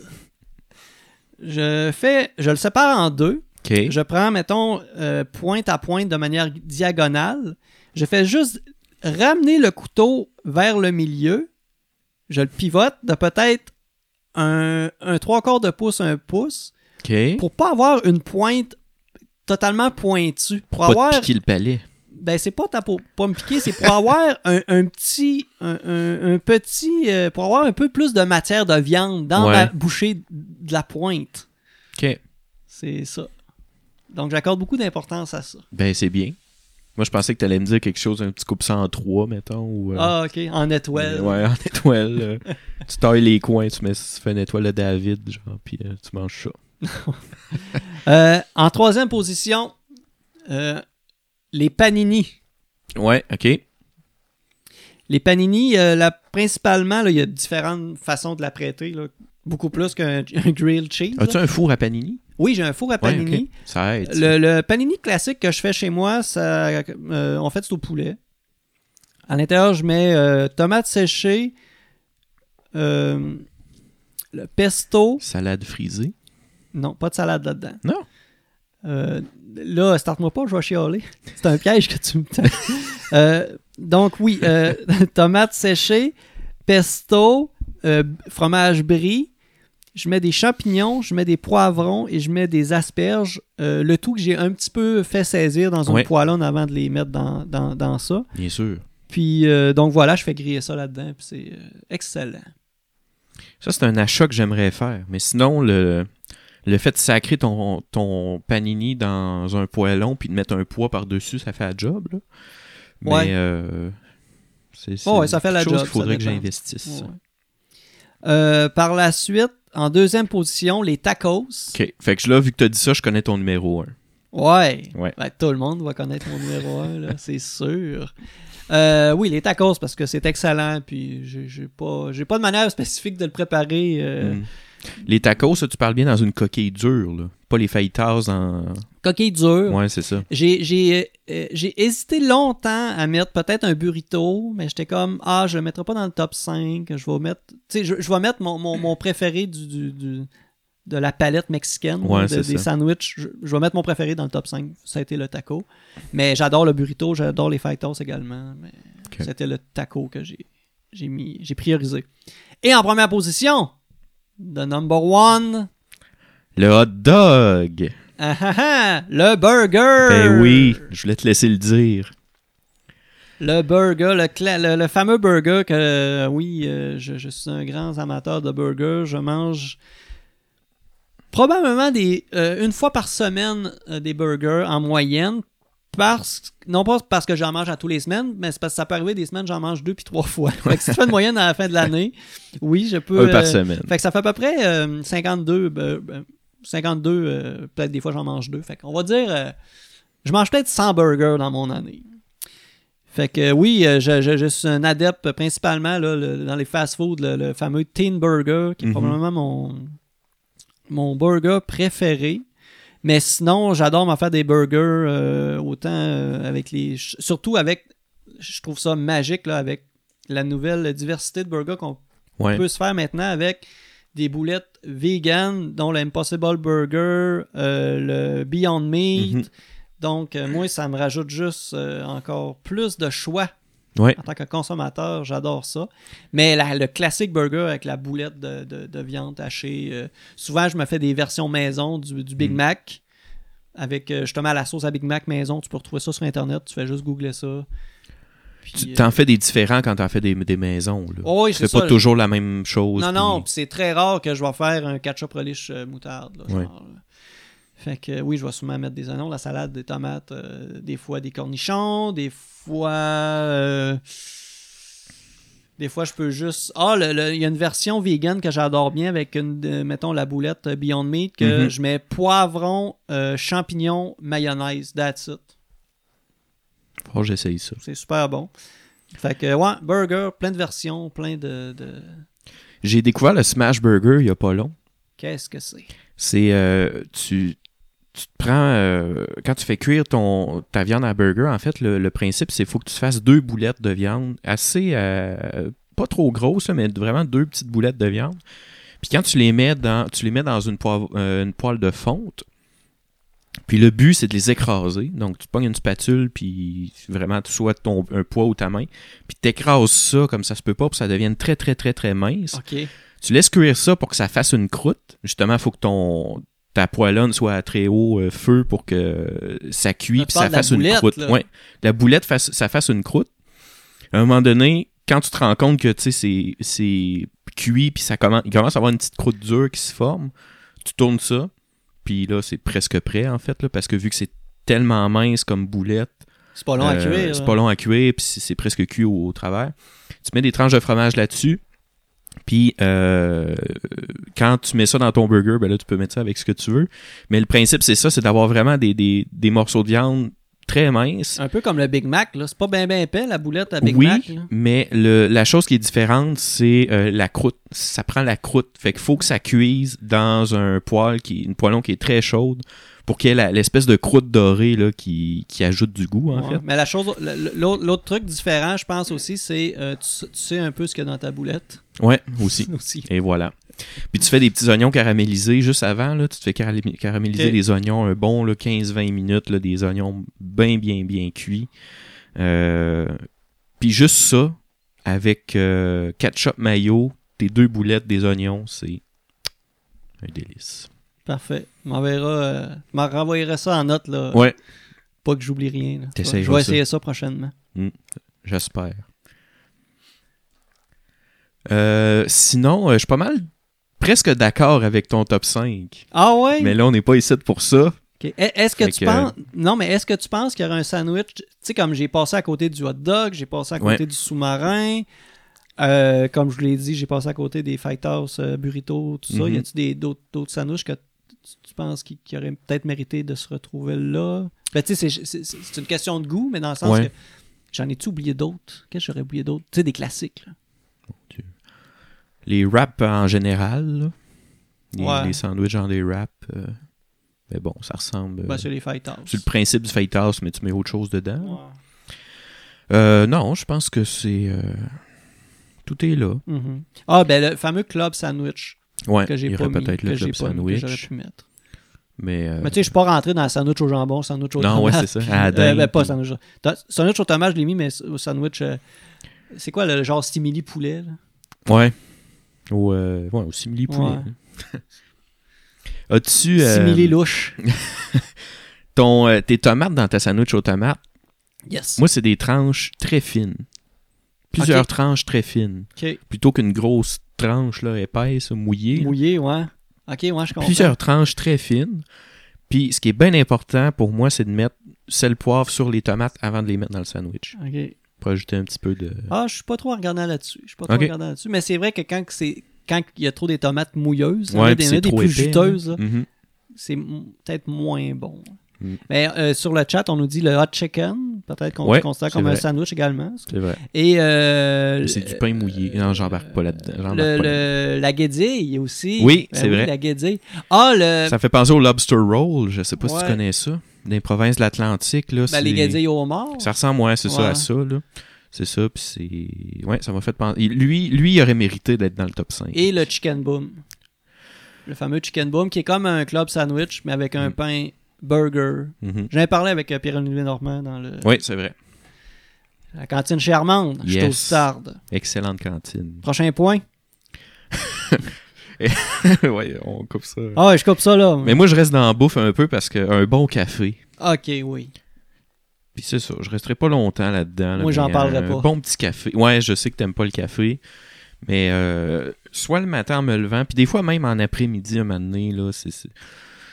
Speaker 1: Je fais, je le sépare en deux.
Speaker 2: OK.
Speaker 1: Je prends, mettons, euh, pointe à pointe de manière diagonale. Je fais juste ramener le couteau vers le milieu. Je le pivote de peut-être un, un trois quarts de pouce, un pouce,
Speaker 2: OK.
Speaker 1: pour pas avoir une pointe totalement pointue. Pour
Speaker 2: Pas
Speaker 1: avoir
Speaker 2: de piquer le palais.
Speaker 1: ben, c'est pas ta- pour pas me piquer, c'est pour avoir un, un petit. Un, un- un petit. euh, pour avoir un peu plus de matière de viande dans
Speaker 2: Ouais.
Speaker 1: la bouchée de la pointe.
Speaker 2: OK.
Speaker 1: C'est ça. Donc, j'accorde beaucoup d'importance à ça.
Speaker 2: Ben, c'est bien. Moi, je pensais que t'allais me dire quelque chose, un petit coupe ça en trois, mettons. Ou, euh,
Speaker 1: Ah, ok. En étoile.
Speaker 2: Ouais, en étoile. euh, tu tailles les coins, tu, mets, tu fais une étoile de David, genre, puis euh, tu manges ça.
Speaker 1: Euh, en troisième position, euh, les panini.
Speaker 2: Ouais, OK.
Speaker 1: Les panini, euh, la- principalement, là, il y a différentes façons de la prêter. là. Beaucoup plus qu'un un grilled cheese. là.
Speaker 2: As-tu un four à panini?
Speaker 1: Oui, j'ai un four à
Speaker 2: Ouais,
Speaker 1: panini.
Speaker 2: OK. Ça aide. ça.
Speaker 1: Le, le panini classique que je fais chez moi, ça, euh, en fait, c'est au poulet. À l'intérieur, je mets euh, tomates séchées, euh, le pesto.
Speaker 2: Salade frisée.
Speaker 1: Non, pas de salade là-dedans.
Speaker 2: Non.
Speaker 1: Euh, là, starte-moi pas, je vais chialer. C'est un piège que tu me tends. Euh, donc, oui, euh, tomates séchées, pesto, euh, fromage brie. Je mets des champignons, je mets des poivrons et je mets des asperges. Euh, le tout que j'ai un petit peu fait saisir dans une
Speaker 2: Ouais.
Speaker 1: poêlonne avant de les mettre dans, dans, dans ça.
Speaker 2: Bien sûr.
Speaker 1: Puis, euh, donc voilà, je fais griller ça là-dedans. Puis, c'est euh, excellent.
Speaker 2: Ça, c'est un achat que j'aimerais faire. Mais sinon, le, le fait de sacrer ton, ton panini dans un poêlon puis de mettre un poids par-dessus, ça fait la job. Là. Mais
Speaker 1: Ouais.
Speaker 2: euh, c'est c'est
Speaker 1: Oh, ouais, ça fait la
Speaker 2: quelque chose
Speaker 1: job,
Speaker 2: qu'il faudrait
Speaker 1: ça
Speaker 2: que
Speaker 1: dépend.
Speaker 2: j'investisse.
Speaker 1: Ouais. Euh, par la suite, en deuxième position, les tacos.
Speaker 2: OK. Fait que là, vu que tu as dit ça, je connais ton numéro 1.
Speaker 1: Ouais.
Speaker 2: Ouais.
Speaker 1: Ben, tout le monde va connaître mon numéro 1, là, c'est sûr. Euh, oui, les tacos, parce que c'est excellent, puis j'ai j'ai pas, j'ai pas de manière spécifique de le préparer. euh.
Speaker 2: Mm. Les tacos, ça, tu parles bien dans une coquille dure, là. Pas les fajitas en...
Speaker 1: Coquille dure.
Speaker 2: Ouais, c'est ça.
Speaker 1: J'ai- J'ai euh, j'ai hésité longtemps à mettre peut-être un burrito, mais j'étais comme, ah, je le mettrai pas dans le top 5, je vais mettre, tu sais, je, je vais mettre mon, mon, mon préféré du, du, du- de la palette mexicaine,
Speaker 2: Ouais,
Speaker 1: de-
Speaker 2: c'est
Speaker 1: des
Speaker 2: ça.
Speaker 1: sandwichs. Je, je vais mettre mon préféré dans le top 5. Ça a été le taco. Mais j'adore le burrito, j'adore les fajitas également. Mais
Speaker 2: Ok.
Speaker 1: c'était le taco que j'ai j'ai mis, j'ai priorisé. Et en première position, the number one,
Speaker 2: Le hot dog!
Speaker 1: ah, ah, ah, le burger.
Speaker 2: Ben oui, je voulais te laisser le dire.
Speaker 1: Le burger, le, cla- le, le fameux burger que, euh, oui, euh, je, je suis un grand amateur de burgers. Je mange probablement des, euh, une fois par semaine euh, des burgers en moyenne. Parce, non pas parce que j'en mange à tous les semaines, mais c'est parce que ça peut arriver des semaines, j'en mange deux puis trois fois. Fait que si tu fais une moyenne à la fin de l'année, oui, je peux.
Speaker 2: Un par
Speaker 1: euh,
Speaker 2: semaine.
Speaker 1: fait que ça fait à peu près euh, 52, ben, ben, 52 euh, peut-être des fois j'en mange deux. Fait qu'on va dire, euh, je mange peut-être 100 burgers dans mon année. Fait que euh, oui, euh, je, je- je suis un adepte euh, principalement là, le- dans les fast-foods, le, le fameux Teen Burger, qui est
Speaker 2: Mhm.
Speaker 1: probablement mon, mon burger préféré. Mais sinon, j'adore m'en faire des burgers, euh, autant euh, avec les... ch- Surtout avec, je trouve ça magique, là, avec la nouvelle diversité de burgers qu'on
Speaker 2: Ouais.
Speaker 1: peut se faire maintenant avec des boulettes vegan, dont l'Impossible Burger, euh, le Beyond Meat.
Speaker 2: Mhm.
Speaker 1: Donc, euh, moi, ça me rajoute juste euh, encore plus de choix.
Speaker 2: Ouais.
Speaker 1: En tant que consommateur, j'adore ça. Mais la- le classique burger avec la boulette de, de- de viande hachée, euh, souvent, je me fais des versions maison du, du Big
Speaker 2: Mm.
Speaker 1: Mac. Avec euh, justement la sauce à Big Mac maison, tu peux retrouver ça sur Internet, tu fais juste googler ça. Puis,
Speaker 2: Tu
Speaker 1: euh,
Speaker 2: t'en fais des différents quand t'en fais des, des maisons. Là.
Speaker 1: oh oui,
Speaker 2: tu
Speaker 1: c'est
Speaker 2: fais
Speaker 1: ça.
Speaker 2: pas toujours la même chose.
Speaker 1: Non, non,
Speaker 2: puis-
Speaker 1: puis c'est très rare que je vais faire un ketchup relish euh, moutarde. là,
Speaker 2: Ouais.
Speaker 1: genre, là. Fait que euh, oui, je vais souvent mettre des oignons, la salade, des tomates, euh, des fois des cornichons, des fois. euh, des fois, je peux juste. Ah, le- le- il y a une version vegan que j'adore bien avec, une, de- mettons, la boulette euh, Beyond Meat que
Speaker 2: Mhm.
Speaker 1: je mets poivron, euh, champignons, mayonnaise. That's it.
Speaker 2: Faut que j'essaye ça.
Speaker 1: C'est super bon. Fait que, ouais, burger, plein de versions, plein de. de-
Speaker 2: J'ai découvert le Smash Burger il y a pas long.
Speaker 1: Qu'est-ce que c'est?
Speaker 2: C'est euh, tu, tu te prends euh, quand tu fais cuire ton ta viande à burger, en fait, le, le principe c'est faut que tu fasses deux boulettes de viande assez euh, pas trop grosses, là, mais vraiment deux petites boulettes de viande. Puis quand tu les mets dans tu les mets dans une poêle, euh, une poêle de fonte. Puis le but, c'est de les écraser. Donc, tu te pognes une spatule, puis vraiment, tu soit ton, un poids ou ta main, puis t'écrases ça comme ça se peut pas, pour que ça devienne très, très, très, très mince.
Speaker 1: OK.
Speaker 2: Tu laisses cuire ça pour que ça fasse une croûte. Justement, il faut que ton ta poêlonne soit à très haut euh, feu pour que euh, ça
Speaker 1: Là,
Speaker 2: cuit
Speaker 1: tu
Speaker 2: puis ça
Speaker 1: parles de la
Speaker 2: fasse une
Speaker 1: boulette,
Speaker 2: croûte.
Speaker 1: là.
Speaker 2: Ouais, la boulette fasse- ça fasse une croûte. À un moment donné, quand tu te rends compte que tu sais c'est c'est cuit puis ça commence il commence à avoir une petite croûte dure qui se forme, tu tournes ça puis là c'est presque prêt en fait là, parce que vu que c'est tellement mince comme boulette
Speaker 1: C'est pas long à
Speaker 2: euh,
Speaker 1: cuire.
Speaker 2: C'est
Speaker 1: là.
Speaker 2: pas long à cuire, puis c'est c'est presque cuit au, au travers. Tu mets des tranches de fromage là-dessus. Puis euh, quand tu mets ça dans ton burger, ben là, tu peux mettre ça avec ce que tu veux. Mais le principe, c'est ça, c'est d'avoir vraiment des, des- des morceaux de viande très minces.
Speaker 1: Un peu comme le Big Mac, là. C'est pas bien ben épais, la boulette à Big
Speaker 2: oui,
Speaker 1: Mac. là.
Speaker 2: mais le- la chose qui est différente, c'est euh, la croûte. Ça prend la croûte. Fait qu'il faut que ça cuise dans un poêle, qui, une poêlon qui est très chaude, pour qu'il y ait la- l'espèce de croûte dorée là, qui, qui ajoute du goût, en
Speaker 1: Ouais.
Speaker 2: fait.
Speaker 1: Mais la chose, le- le- l'autre l'autre truc différent, je pense aussi, c'est euh, tu, sais- tu sais un peu ce qu'il y a dans ta boulette.
Speaker 2: Ouais, aussi.
Speaker 1: aussi.
Speaker 2: Et voilà. Puis tu fais des petits oignons caramélisés juste avant. Là, tu te fais caram- caraméliser
Speaker 1: Ok.
Speaker 2: les oignons un bon là, 15-20 minutes, là, des oignons bien, bien, bien cuits. Euh, puis juste ça, avec euh, ketchup mayo, tes deux boulettes, des oignons, c'est un délice.
Speaker 1: Parfait. On m'enverra, euh, tu m'en renvoyeras ça en note, là.
Speaker 2: Ouais.
Speaker 1: Pas que j'oublie rien. là.
Speaker 2: T'essayeras
Speaker 1: Je vais
Speaker 2: ça.
Speaker 1: essayer ça prochainement.
Speaker 2: J'espère. Euh, sinon, euh, je suis pas mal presque d'accord avec ton top 5.
Speaker 1: Ah ouais?
Speaker 2: Mais là, on n'est pas ici pour ça.
Speaker 1: Ok. Est- Est-ce que
Speaker 2: Fait
Speaker 1: tu
Speaker 2: que-
Speaker 1: penses. Non, mais est-ce que tu penses qu'il y aurait un sandwich. Tu sais, comme j'ai passé à côté du hot dog, j'ai passé à côté du sous-marin. euh, comme je vous l'ai dit, j'ai passé à côté des fighters, euh, burritos, tout ça.
Speaker 2: Mhm.
Speaker 1: Y a-tu des- d'autres d'autres sandwichs que tu, tu penses qui, qui auraient peut-être mérité de se retrouver là? Ben, tu sais, c'est- c'est- c'est c'est une question de goût, mais dans le sens
Speaker 2: Ouais.
Speaker 1: que. J'en ai-tu oublié d'autres? Qu'est-ce que j'aurais oublié d'autres? Tu sais, des classiques. là.
Speaker 2: les wraps en général, là. Les,
Speaker 1: Ouais.
Speaker 2: les sandwichs en des wraps. euh, mais bon, ça ressemble. euh,
Speaker 1: Ben, c'est les fighters.
Speaker 2: c'est le hein? principe du fajitas, mais tu mets autre chose dedans.
Speaker 1: Ouais.
Speaker 2: Euh, non, je pense que c'est. euh, tout est là.
Speaker 1: Mhm. Ah, ben, le fameux club sandwich.
Speaker 2: Ouais,
Speaker 1: que j'ai
Speaker 2: il y
Speaker 1: pas
Speaker 2: aurait
Speaker 1: mis,
Speaker 2: peut-être
Speaker 1: que
Speaker 2: le
Speaker 1: j'ai
Speaker 2: club
Speaker 1: pas mis, que j'aurais
Speaker 2: sandwich.
Speaker 1: pu mettre.
Speaker 2: Mais, euh,
Speaker 1: Mais tu sais, je suis pas rentré dans le sandwich au jambon, sandwich au
Speaker 2: non, ouais,
Speaker 1: tomate,
Speaker 2: c'est ça. À la
Speaker 1: Euh,
Speaker 2: dinde,
Speaker 1: ben, pas
Speaker 2: puis-
Speaker 1: sandwich. Dans- Sandwich au tomate, je l'ai mis, mais au sandwich. euh, c'est quoi le genre stimili poulet là?
Speaker 2: Ouais. Au, euh, ouais, au simili poulet.
Speaker 1: Ouais.
Speaker 2: hein. As-tu euh,
Speaker 1: Simili louche.
Speaker 2: ton, euh, tes tomates dans ta sandwich aux tomates?
Speaker 1: Yes.
Speaker 2: Moi, c'est des tranches très fines. Plusieurs
Speaker 1: Ok.
Speaker 2: tranches très fines.
Speaker 1: Ok.
Speaker 2: Plutôt qu'une grosse tranche là, épaisse, mouillée. là.
Speaker 1: Mouillé, ouais. Ok, ouais, je comprends.
Speaker 2: Plusieurs tranches très fines. Puis, ce qui est bien important pour moi, c'est de mettre sel poivre sur les tomates avant de les mettre dans le sandwich.
Speaker 1: Ok.
Speaker 2: Pour ajouter un petit peu de...
Speaker 1: Ah, je suis pas trop regardant là-dessus. Je suis pas trop
Speaker 2: Ok.
Speaker 1: regardant là-dessus. Mais c'est vrai que quand que c'est quand il y a trop des tomates mouilleuses, il y en a
Speaker 2: Ouais,
Speaker 1: des,
Speaker 2: puis
Speaker 1: il y en a
Speaker 2: c'est
Speaker 1: des
Speaker 2: trop
Speaker 1: plus
Speaker 2: épais,
Speaker 1: juteuses, là,
Speaker 2: Mhm.
Speaker 1: c'est m- peut-être moins bon.
Speaker 2: Mm.
Speaker 1: Mais euh, sur le chat, on nous dit le hot chicken, peut-être qu'on
Speaker 2: Ouais,
Speaker 1: le considère
Speaker 2: c'est
Speaker 1: comme un
Speaker 2: vrai.
Speaker 1: sandwich également.
Speaker 2: C'est vrai.
Speaker 1: Et euh,
Speaker 2: C'est du pain mouillé. Non, j'embarque pas là-dedans. J'embarque
Speaker 1: le,
Speaker 2: pas là-dedans.
Speaker 1: le- la guédille aussi. Ben
Speaker 2: Oui, c'est vrai.
Speaker 1: La guédille. Ah, le,
Speaker 2: Ça fait penser au lobster roll. Je sais pas si
Speaker 1: Ouais.
Speaker 2: tu connais ça. Des provinces de l'Atlantique. là,
Speaker 1: ben,
Speaker 2: c'est-
Speaker 1: les guédilles au homard.
Speaker 2: Ça ressemble, ouais, c'est
Speaker 1: Ouais.
Speaker 2: ça, à ça. là. C'est ça, puis c'est... Ouais, ça m'a fait penser... Lui, lui, il aurait mérité d'être dans le top 5.
Speaker 1: Et le chicken boom. Le fameux chicken boom qui est comme un club sandwich, mais avec un
Speaker 2: Mm.
Speaker 1: pain burger.
Speaker 2: Mhm.
Speaker 1: J'en ai parlé avec euh, Pierre-Olivier Normand dans le,
Speaker 2: Oui, c'est vrai.
Speaker 1: la cantine chez Armande. Je suis au
Speaker 2: Yes.
Speaker 1: Sardes.
Speaker 2: Excellente cantine.
Speaker 1: Prochain point.
Speaker 2: ouais, on coupe ça.
Speaker 1: Ah, ouais, je coupe ça là.
Speaker 2: Mais moi, je reste dans la bouffe un peu parce qu'un bon café...
Speaker 1: Ok, oui.
Speaker 2: Puis c'est ça, je resterai pas longtemps là-dedans. là,
Speaker 1: Moi, j'en
Speaker 2: mais,
Speaker 1: parlerai
Speaker 2: euh,
Speaker 1: pas.
Speaker 2: Un bon petit café. Ouais, je sais que t'aimes pas le café, mais euh, soit le matin en me levant, puis des fois même en après-midi, un moment donné, là, c'est, c'est-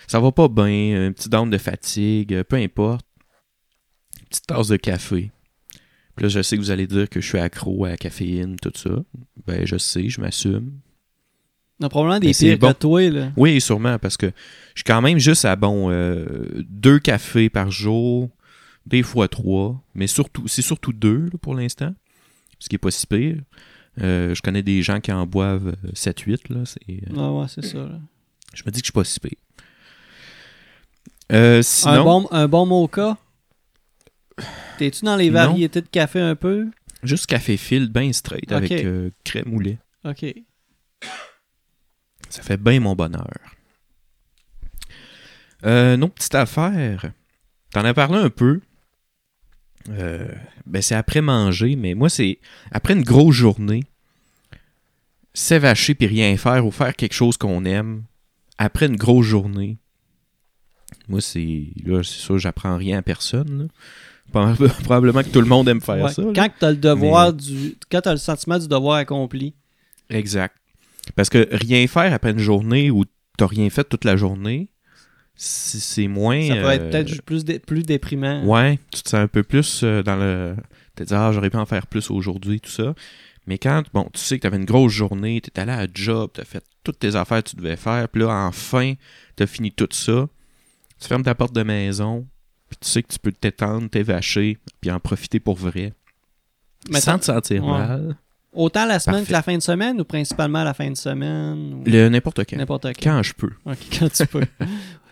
Speaker 2: ça va pas bien, une petite dente de fatigue, euh, peu importe. Une petite tasse de café. Puis là, je sais que vous allez dire que je suis accro à la caféine, tout ça. Ben, je sais, je m'assume.
Speaker 1: On a probablement des
Speaker 2: Mais Ben, c'est
Speaker 1: pires
Speaker 2: bon.
Speaker 1: que toi, là.
Speaker 2: Oui, sûrement, parce que je suis quand même juste à bon euh, deux cafés par jour, des fois trois, mais surtout c'est surtout deux là, pour l'instant, ce qui est pas si pire. Euh, je connais des gens qui en boivent 7-8, là. c'est- euh,
Speaker 1: Ah ouais, c'est ça. là.
Speaker 2: je me dis que je suis pas si pire. Euh,
Speaker 1: Un
Speaker 2: sinon,
Speaker 1: bon, un bon mocha. T'es-tu dans les
Speaker 2: Non.
Speaker 1: variétés de café un peu?
Speaker 2: juste café fil bien straight
Speaker 1: Ok.
Speaker 2: avec euh, crème ou lait.
Speaker 1: Ok.
Speaker 2: Ça fait bien mon bonheur. Euh, nos petites affaires. T'en as parlé un peu. Euh, ben c'est après manger, mais moi, c'est après une grosse journée, s'évacher puis rien faire ou faire quelque chose qu'on aime. Après une grosse journée, moi, c'est. Là, c'est sûr, j'apprends rien à personne. là. Probable- Probablement que tout le monde aime faire
Speaker 1: Ouais.
Speaker 2: ça. là.
Speaker 1: Quand t'as le devoir du. Quand t'as le sentiment du devoir accompli.
Speaker 2: Exact. Parce que rien faire après une journée où t'as rien fait toute la journée, c'est c'est moins.
Speaker 1: Ça peut être
Speaker 2: euh,
Speaker 1: peut-être juste plus, dé- plus déprimant.
Speaker 2: Ouais, tu te sens un peu plus euh, dans le. Tu te dis, ah, j'aurais pu en faire plus aujourd'hui, tout ça. Mais quand, bon, tu sais que t'avais une grosse journée, t'es allé à la job, t'as fait toutes tes affaires que tu devais faire, puis là, enfin, t'as fini tout ça. Tu fermes ta porte de maison, puis tu sais que tu peux t'étendre, t'évacher, puis en profiter pour vrai.
Speaker 1: Mais
Speaker 2: sans te sentir
Speaker 1: ouais.
Speaker 2: mal.
Speaker 1: Autant la semaine
Speaker 2: Parfait.
Speaker 1: que la fin de semaine ou principalement la fin de semaine ou
Speaker 2: Le n'importe quand.
Speaker 1: n'importe quand.
Speaker 2: Quand je peux.
Speaker 1: Ok, quand tu peux.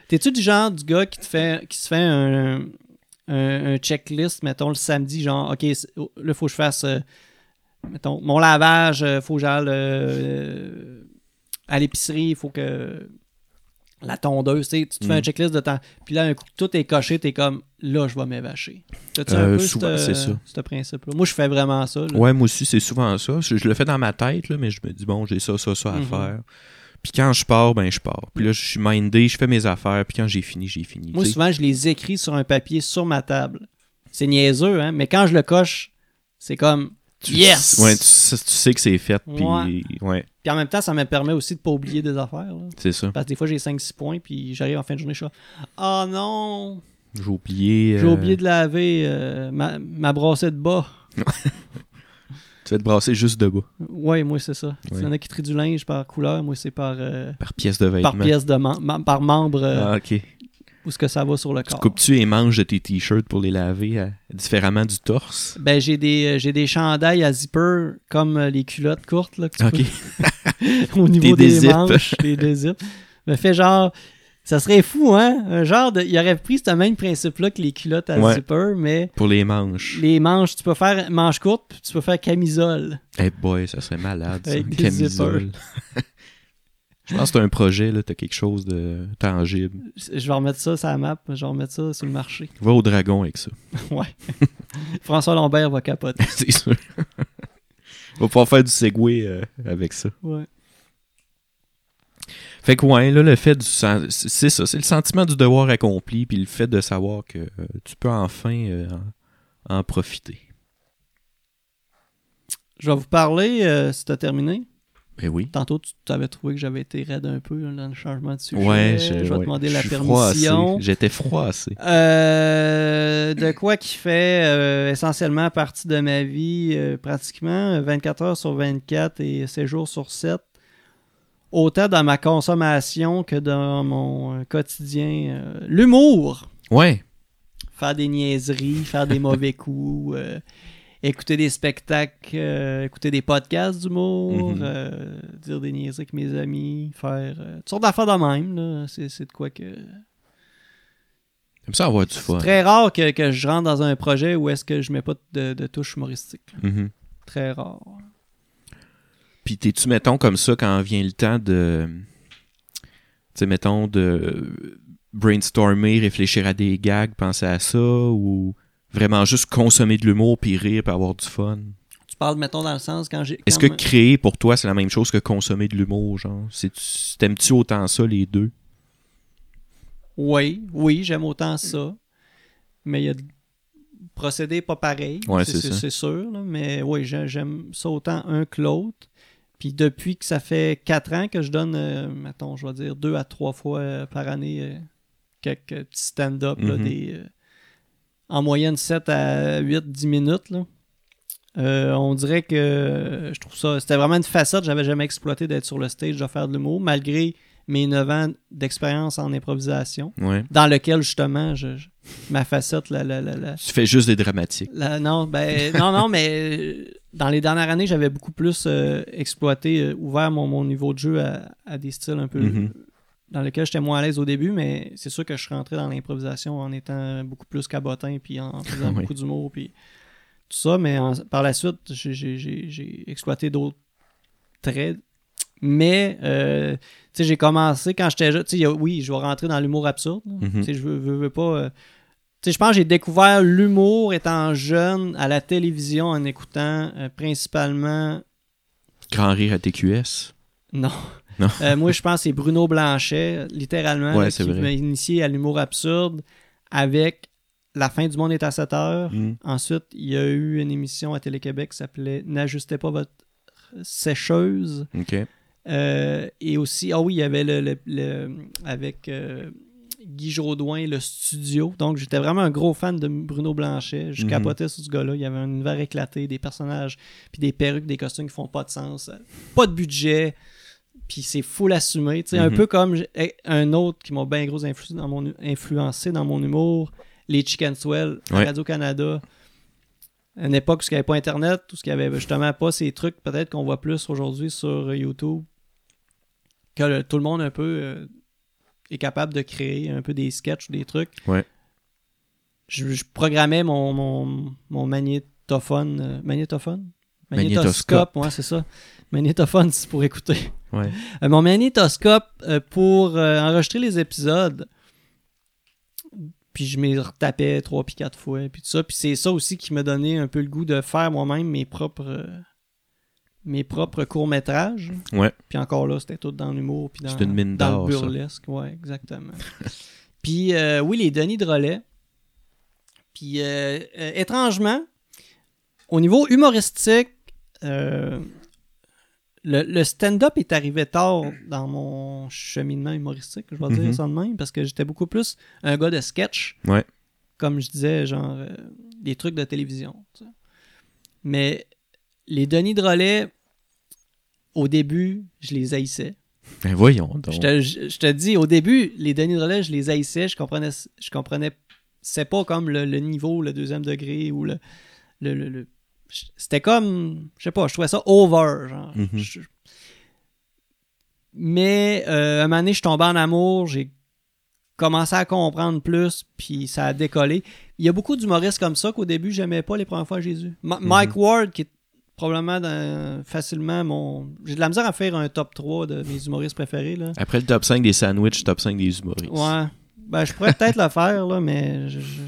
Speaker 1: T'es-tu du genre du gars qui, te fait, qui se fait un, un- un checklist, mettons, le samedi, genre, OK, c'est- oh, là, faut que je fasse, euh, mettons, mon lavage, euh, faut que j'aille euh, à l'épicerie, faut que la tondeuse, tu sais, tu te fais
Speaker 2: Mm.
Speaker 1: un checklist de temps. Puis là, un coup, tout est coché, t'es comme, là, je vais m'évacher. T'as-tu
Speaker 2: Euh,
Speaker 1: un peu
Speaker 2: souvent,
Speaker 1: ce-
Speaker 2: c'est ça.
Speaker 1: ce principe-là? Moi, je fais vraiment ça. là.
Speaker 2: Ouais, moi aussi, c'est souvent ça. Je, je le fais dans ma tête, là, mais je me dis, bon, j'ai ça, ça, ça à
Speaker 1: Mhm.
Speaker 2: faire. Puis quand je pars, ben je pars. Puis là, je suis mindé, je fais mes affaires. Puis quand j'ai fini, j'ai fini.
Speaker 1: Moi,
Speaker 2: tu sais.
Speaker 1: souvent, je les écris sur un papier sur ma table. C'est niaiseux, hein, mais quand je le coche, c'est comme
Speaker 2: Tu-
Speaker 1: Yes!
Speaker 2: Ouais, tu, sais- tu sais que c'est fait. Puis
Speaker 1: Ouais.
Speaker 2: ouais,
Speaker 1: Puis en même temps, ça me permet aussi de pas oublier des affaires. là.
Speaker 2: c'est ça.
Speaker 1: Parce que des fois, j'ai 5-6 points, puis j'arrive en fin de journée, je suis Ah oh non,
Speaker 2: J'ai oublié.
Speaker 1: j'ai
Speaker 2: euh,
Speaker 1: oublié de laver euh, ma, ma brassée de bas.
Speaker 2: Tu vas te brasser juste debout,
Speaker 1: Ouais, moi, c'est ça. Il
Speaker 2: Ouais.
Speaker 1: y en a qui trient du linge par couleur, moi, c'est par, euh,
Speaker 2: par pièce de vêtement.
Speaker 1: par pièce de mem- mem- par membre, euh,
Speaker 2: Ah, ok.
Speaker 1: où ce que ça va sur le
Speaker 2: Tu
Speaker 1: corps.
Speaker 2: coupes-tu les manches de tes t-shirts pour les laver euh, différemment du torse?
Speaker 1: Ben, j'ai des, euh, j'ai des chandails à zipper, comme euh, les culottes courtes, là, que tu
Speaker 2: Ok.
Speaker 1: au niveau
Speaker 2: Des
Speaker 1: des,
Speaker 2: dézips.
Speaker 1: manches, des dézips. Me fait genre, ça serait fou, hein? Un genre de, il aurait pris ce même principe-là que les culottes à
Speaker 2: Ouais.
Speaker 1: zipper, mais
Speaker 2: Pour les manches.
Speaker 1: les manches, tu peux faire manches courtes, puis tu peux faire camisole.
Speaker 2: Eh boy, ça serait malade. ça.
Speaker 1: Avec des
Speaker 2: Camisole. Je pense que c'est un projet, là, t'as quelque chose de tangible.
Speaker 1: Je vais remettre ça sur la map, je vais remettre ça sur le marché.
Speaker 2: Va au dragon avec ça,
Speaker 1: Ouais. François Lambert va capoter.
Speaker 2: c'est sûr. On va pouvoir faire du segway euh, avec ça.
Speaker 1: Ouais.
Speaker 2: Fait que ouais, là, le fait du sen- c'est ça, c'est le sentiment du devoir accompli, puis le fait de savoir que euh, tu peux enfin euh, en, en profiter.
Speaker 1: Je vais vous parler, euh, si t'as terminé.
Speaker 2: Ben oui.
Speaker 1: Tantôt, tu t'avais trouvé que j'avais été raide un peu dans le changement de sujet.
Speaker 2: Ouais,
Speaker 1: je, vais
Speaker 2: ouais,
Speaker 1: demander
Speaker 2: je
Speaker 1: la
Speaker 2: suis froid
Speaker 1: permission.
Speaker 2: assez. J'étais froid assez.
Speaker 1: Euh, de quoi qui fait euh, essentiellement partie de ma vie, euh, pratiquement euh, 24 heures sur 24 et 7 jours sur 7, autant dans ma consommation que dans mon euh, quotidien. Euh, L'humour,
Speaker 2: Ouais.
Speaker 1: faire des niaiseries, faire des mauvais coups, euh, écouter des spectacles, euh, écouter des podcasts d'humour,
Speaker 2: Mhm.
Speaker 1: euh, dire des niaiseries avec mes amis, faire euh, toutes sortes d'affaires de même. là. C'est c'est de quoi que...
Speaker 2: J'aime ça avoir du
Speaker 1: C'est
Speaker 2: fun.
Speaker 1: très rare que, que je rentre dans un projet où est-ce que je mets pas de, de touche humoristique.
Speaker 2: Mhm.
Speaker 1: Très rare.
Speaker 2: Puis t'es-tu, mettons, comme ça quand vient le temps de. Tu sais, mettons, de brainstormer, réfléchir à des gags, penser à ça, ou vraiment juste consommer de l'humour, puis rire, puis avoir du fun?
Speaker 1: Tu parles, mettons, dans le sens quand j'ai.
Speaker 2: Est-ce que
Speaker 1: quand me-
Speaker 2: créer pour toi, c'est la même chose que consommer de l'humour, genre? C'est- T'aimes-tu autant ça, les deux?
Speaker 1: Oui, oui, j'aime autant ça. Mais il y a. de- Procédé pas pareil.
Speaker 2: Ouais, c'est ça.
Speaker 1: C'est sûr, là, mais oui, j'ai- j'aime ça autant un que l'autre. Puis depuis que ça fait quatre ans que je donne, euh, mettons, je vais dire deux à trois fois euh, par année euh, quelques petits stand-up, là,
Speaker 2: Mhm.
Speaker 1: des, euh, en moyenne 7 à 8, 10 minutes. Là. Euh, on dirait que euh, je trouve ça, c'était vraiment une facette que j'avais jamais exploité d'être sur le stage, de faire de l'humour, malgré mes 9 ans d'expérience en improvisation,
Speaker 2: Ouais.
Speaker 1: dans lequel justement je, je- ma facette, la, la, la, la,
Speaker 2: Tu fais juste des dramatiques.
Speaker 1: Là, non, ben, non, non, mais euh, dans les dernières années, j'avais beaucoup plus euh, exploité, euh, ouvert mon, mon niveau de jeu à, à des styles un peu euh,
Speaker 2: Mhm.
Speaker 1: dans lesquels j'étais moins à l'aise au début, mais c'est sûr que je suis rentré dans l'improvisation en étant beaucoup plus cabotin, puis en faisant
Speaker 2: Ah Oui.
Speaker 1: beaucoup d'humour, puis tout ça. Mais en- par la suite, j'ai- j'ai j'ai- j'ai exploité d'autres traits. Mais, euh, tu sais, j'ai commencé quand j'étais jeune. Tu sais, il y a- oui, je vais rentrer dans l'humour absurde. là.
Speaker 2: Mhm.
Speaker 1: Tu sais, je veux, veux- veux pas. euh, tu sais, je pense que j'ai découvert l'humour étant jeune à la télévision en écoutant euh, principalement.
Speaker 2: Grand rire à TQS.
Speaker 1: Non.
Speaker 2: Non.
Speaker 1: Euh, moi, je pense que c'est Bruno Blanchet, euh, littéralement,
Speaker 2: Ouais,
Speaker 1: là,
Speaker 2: c'est
Speaker 1: qui
Speaker 2: vrai.
Speaker 1: m'a initié à l'humour absurde avec La fin du monde est à 7 heures.
Speaker 2: Mm.
Speaker 1: Ensuite, il y a eu une émission à Télé-Québec qui s'appelait N'ajustez pas votre sécheuse.
Speaker 2: OK.
Speaker 1: Euh, et aussi, ah oui, il y avait le, le- le- avec euh, Guy Jodoin, le studio. Donc, j'étais vraiment un gros fan de Bruno Blanchet. Je
Speaker 2: Mhm.
Speaker 1: capotais sur ce gars-là. Il y avait un univers éclaté, des personnages, puis des perruques, des costumes qui font pas de sens. Euh, Pas de budget, puis c'est full assumé. Tu sais, Un
Speaker 2: Mhm.
Speaker 1: peu comme j'ai- eh, un autre qui m'a bien gros influ- dans mon, influencé dans mon humour, les Chicken Swell, à
Speaker 2: Ouais.
Speaker 1: Radio-Canada. Une époque où il n'y avait pas Internet, où il n'y avait justement pas ces trucs peut-être qu'on voit plus aujourd'hui sur YouTube que le- tout le monde un peu euh, est capable de créer un peu des sketchs, des trucs.
Speaker 2: Ouais.
Speaker 1: Je, je programmais mon, mon, mon magnétophone. euh, magnétophone?
Speaker 2: Magnétoscope.
Speaker 1: ouais, c'est ça. Magnétophone, c'est pour écouter.
Speaker 2: Ouais.
Speaker 1: Euh, mon magnétoscope euh, pour euh, enregistrer les épisodes. Puis je m'y retapais trois puis quatre fois, puis tout ça. Puis c'est ça aussi qui m'a donné un peu le goût de faire moi-même mes propres, euh, mes propres courts-métrages.
Speaker 2: Ouais.
Speaker 1: Puis encore là, c'était tout dans l'humour, puis dans,
Speaker 2: C'est une mine
Speaker 1: dans
Speaker 2: d'or,
Speaker 1: le
Speaker 2: ça.
Speaker 1: burlesque. Ouais, exactement. puis euh, oui, les Denis de relais. Puis euh, euh, étrangement, au niveau humoristique, euh, le, le stand-up est arrivé tard dans mon cheminement humoristique, je vais dire
Speaker 2: Mhm.
Speaker 1: ça de même, parce que j'étais beaucoup plus un gars de sketch.
Speaker 2: Ouais.
Speaker 1: Comme je disais, genre euh, des trucs de télévision. tu sais. Mais les Denis de relais, au début, je les haïssais.
Speaker 2: Ben voyons donc.
Speaker 1: Je te, je- je te dis, au début, les Denis de relais, je les haïssais, je comprenais, je comprenais, c'est pas comme le, le niveau, le deuxième degré ou le. le, le- le- je- c'était comme, je sais pas, je trouvais ça over. genre.
Speaker 2: Mhm.
Speaker 1: Je- mais euh, un moment donné, je suis tombé en amour, j'ai commencé à comprendre plus, puis ça a décollé. Il y a beaucoup d'humoristes comme ça qu'au début, j'aimais pas les premières fois Jésus. M- Mike Ward, qui est probablement dans- facilement mon. J'ai de la misère à faire un top 3 de mes humoristes préférés. Là.
Speaker 2: Après le top 5 des sandwichs, top 5 des humoristes.
Speaker 1: Ouais. Ben, je pourrais peut-être le faire, là, mais je, je,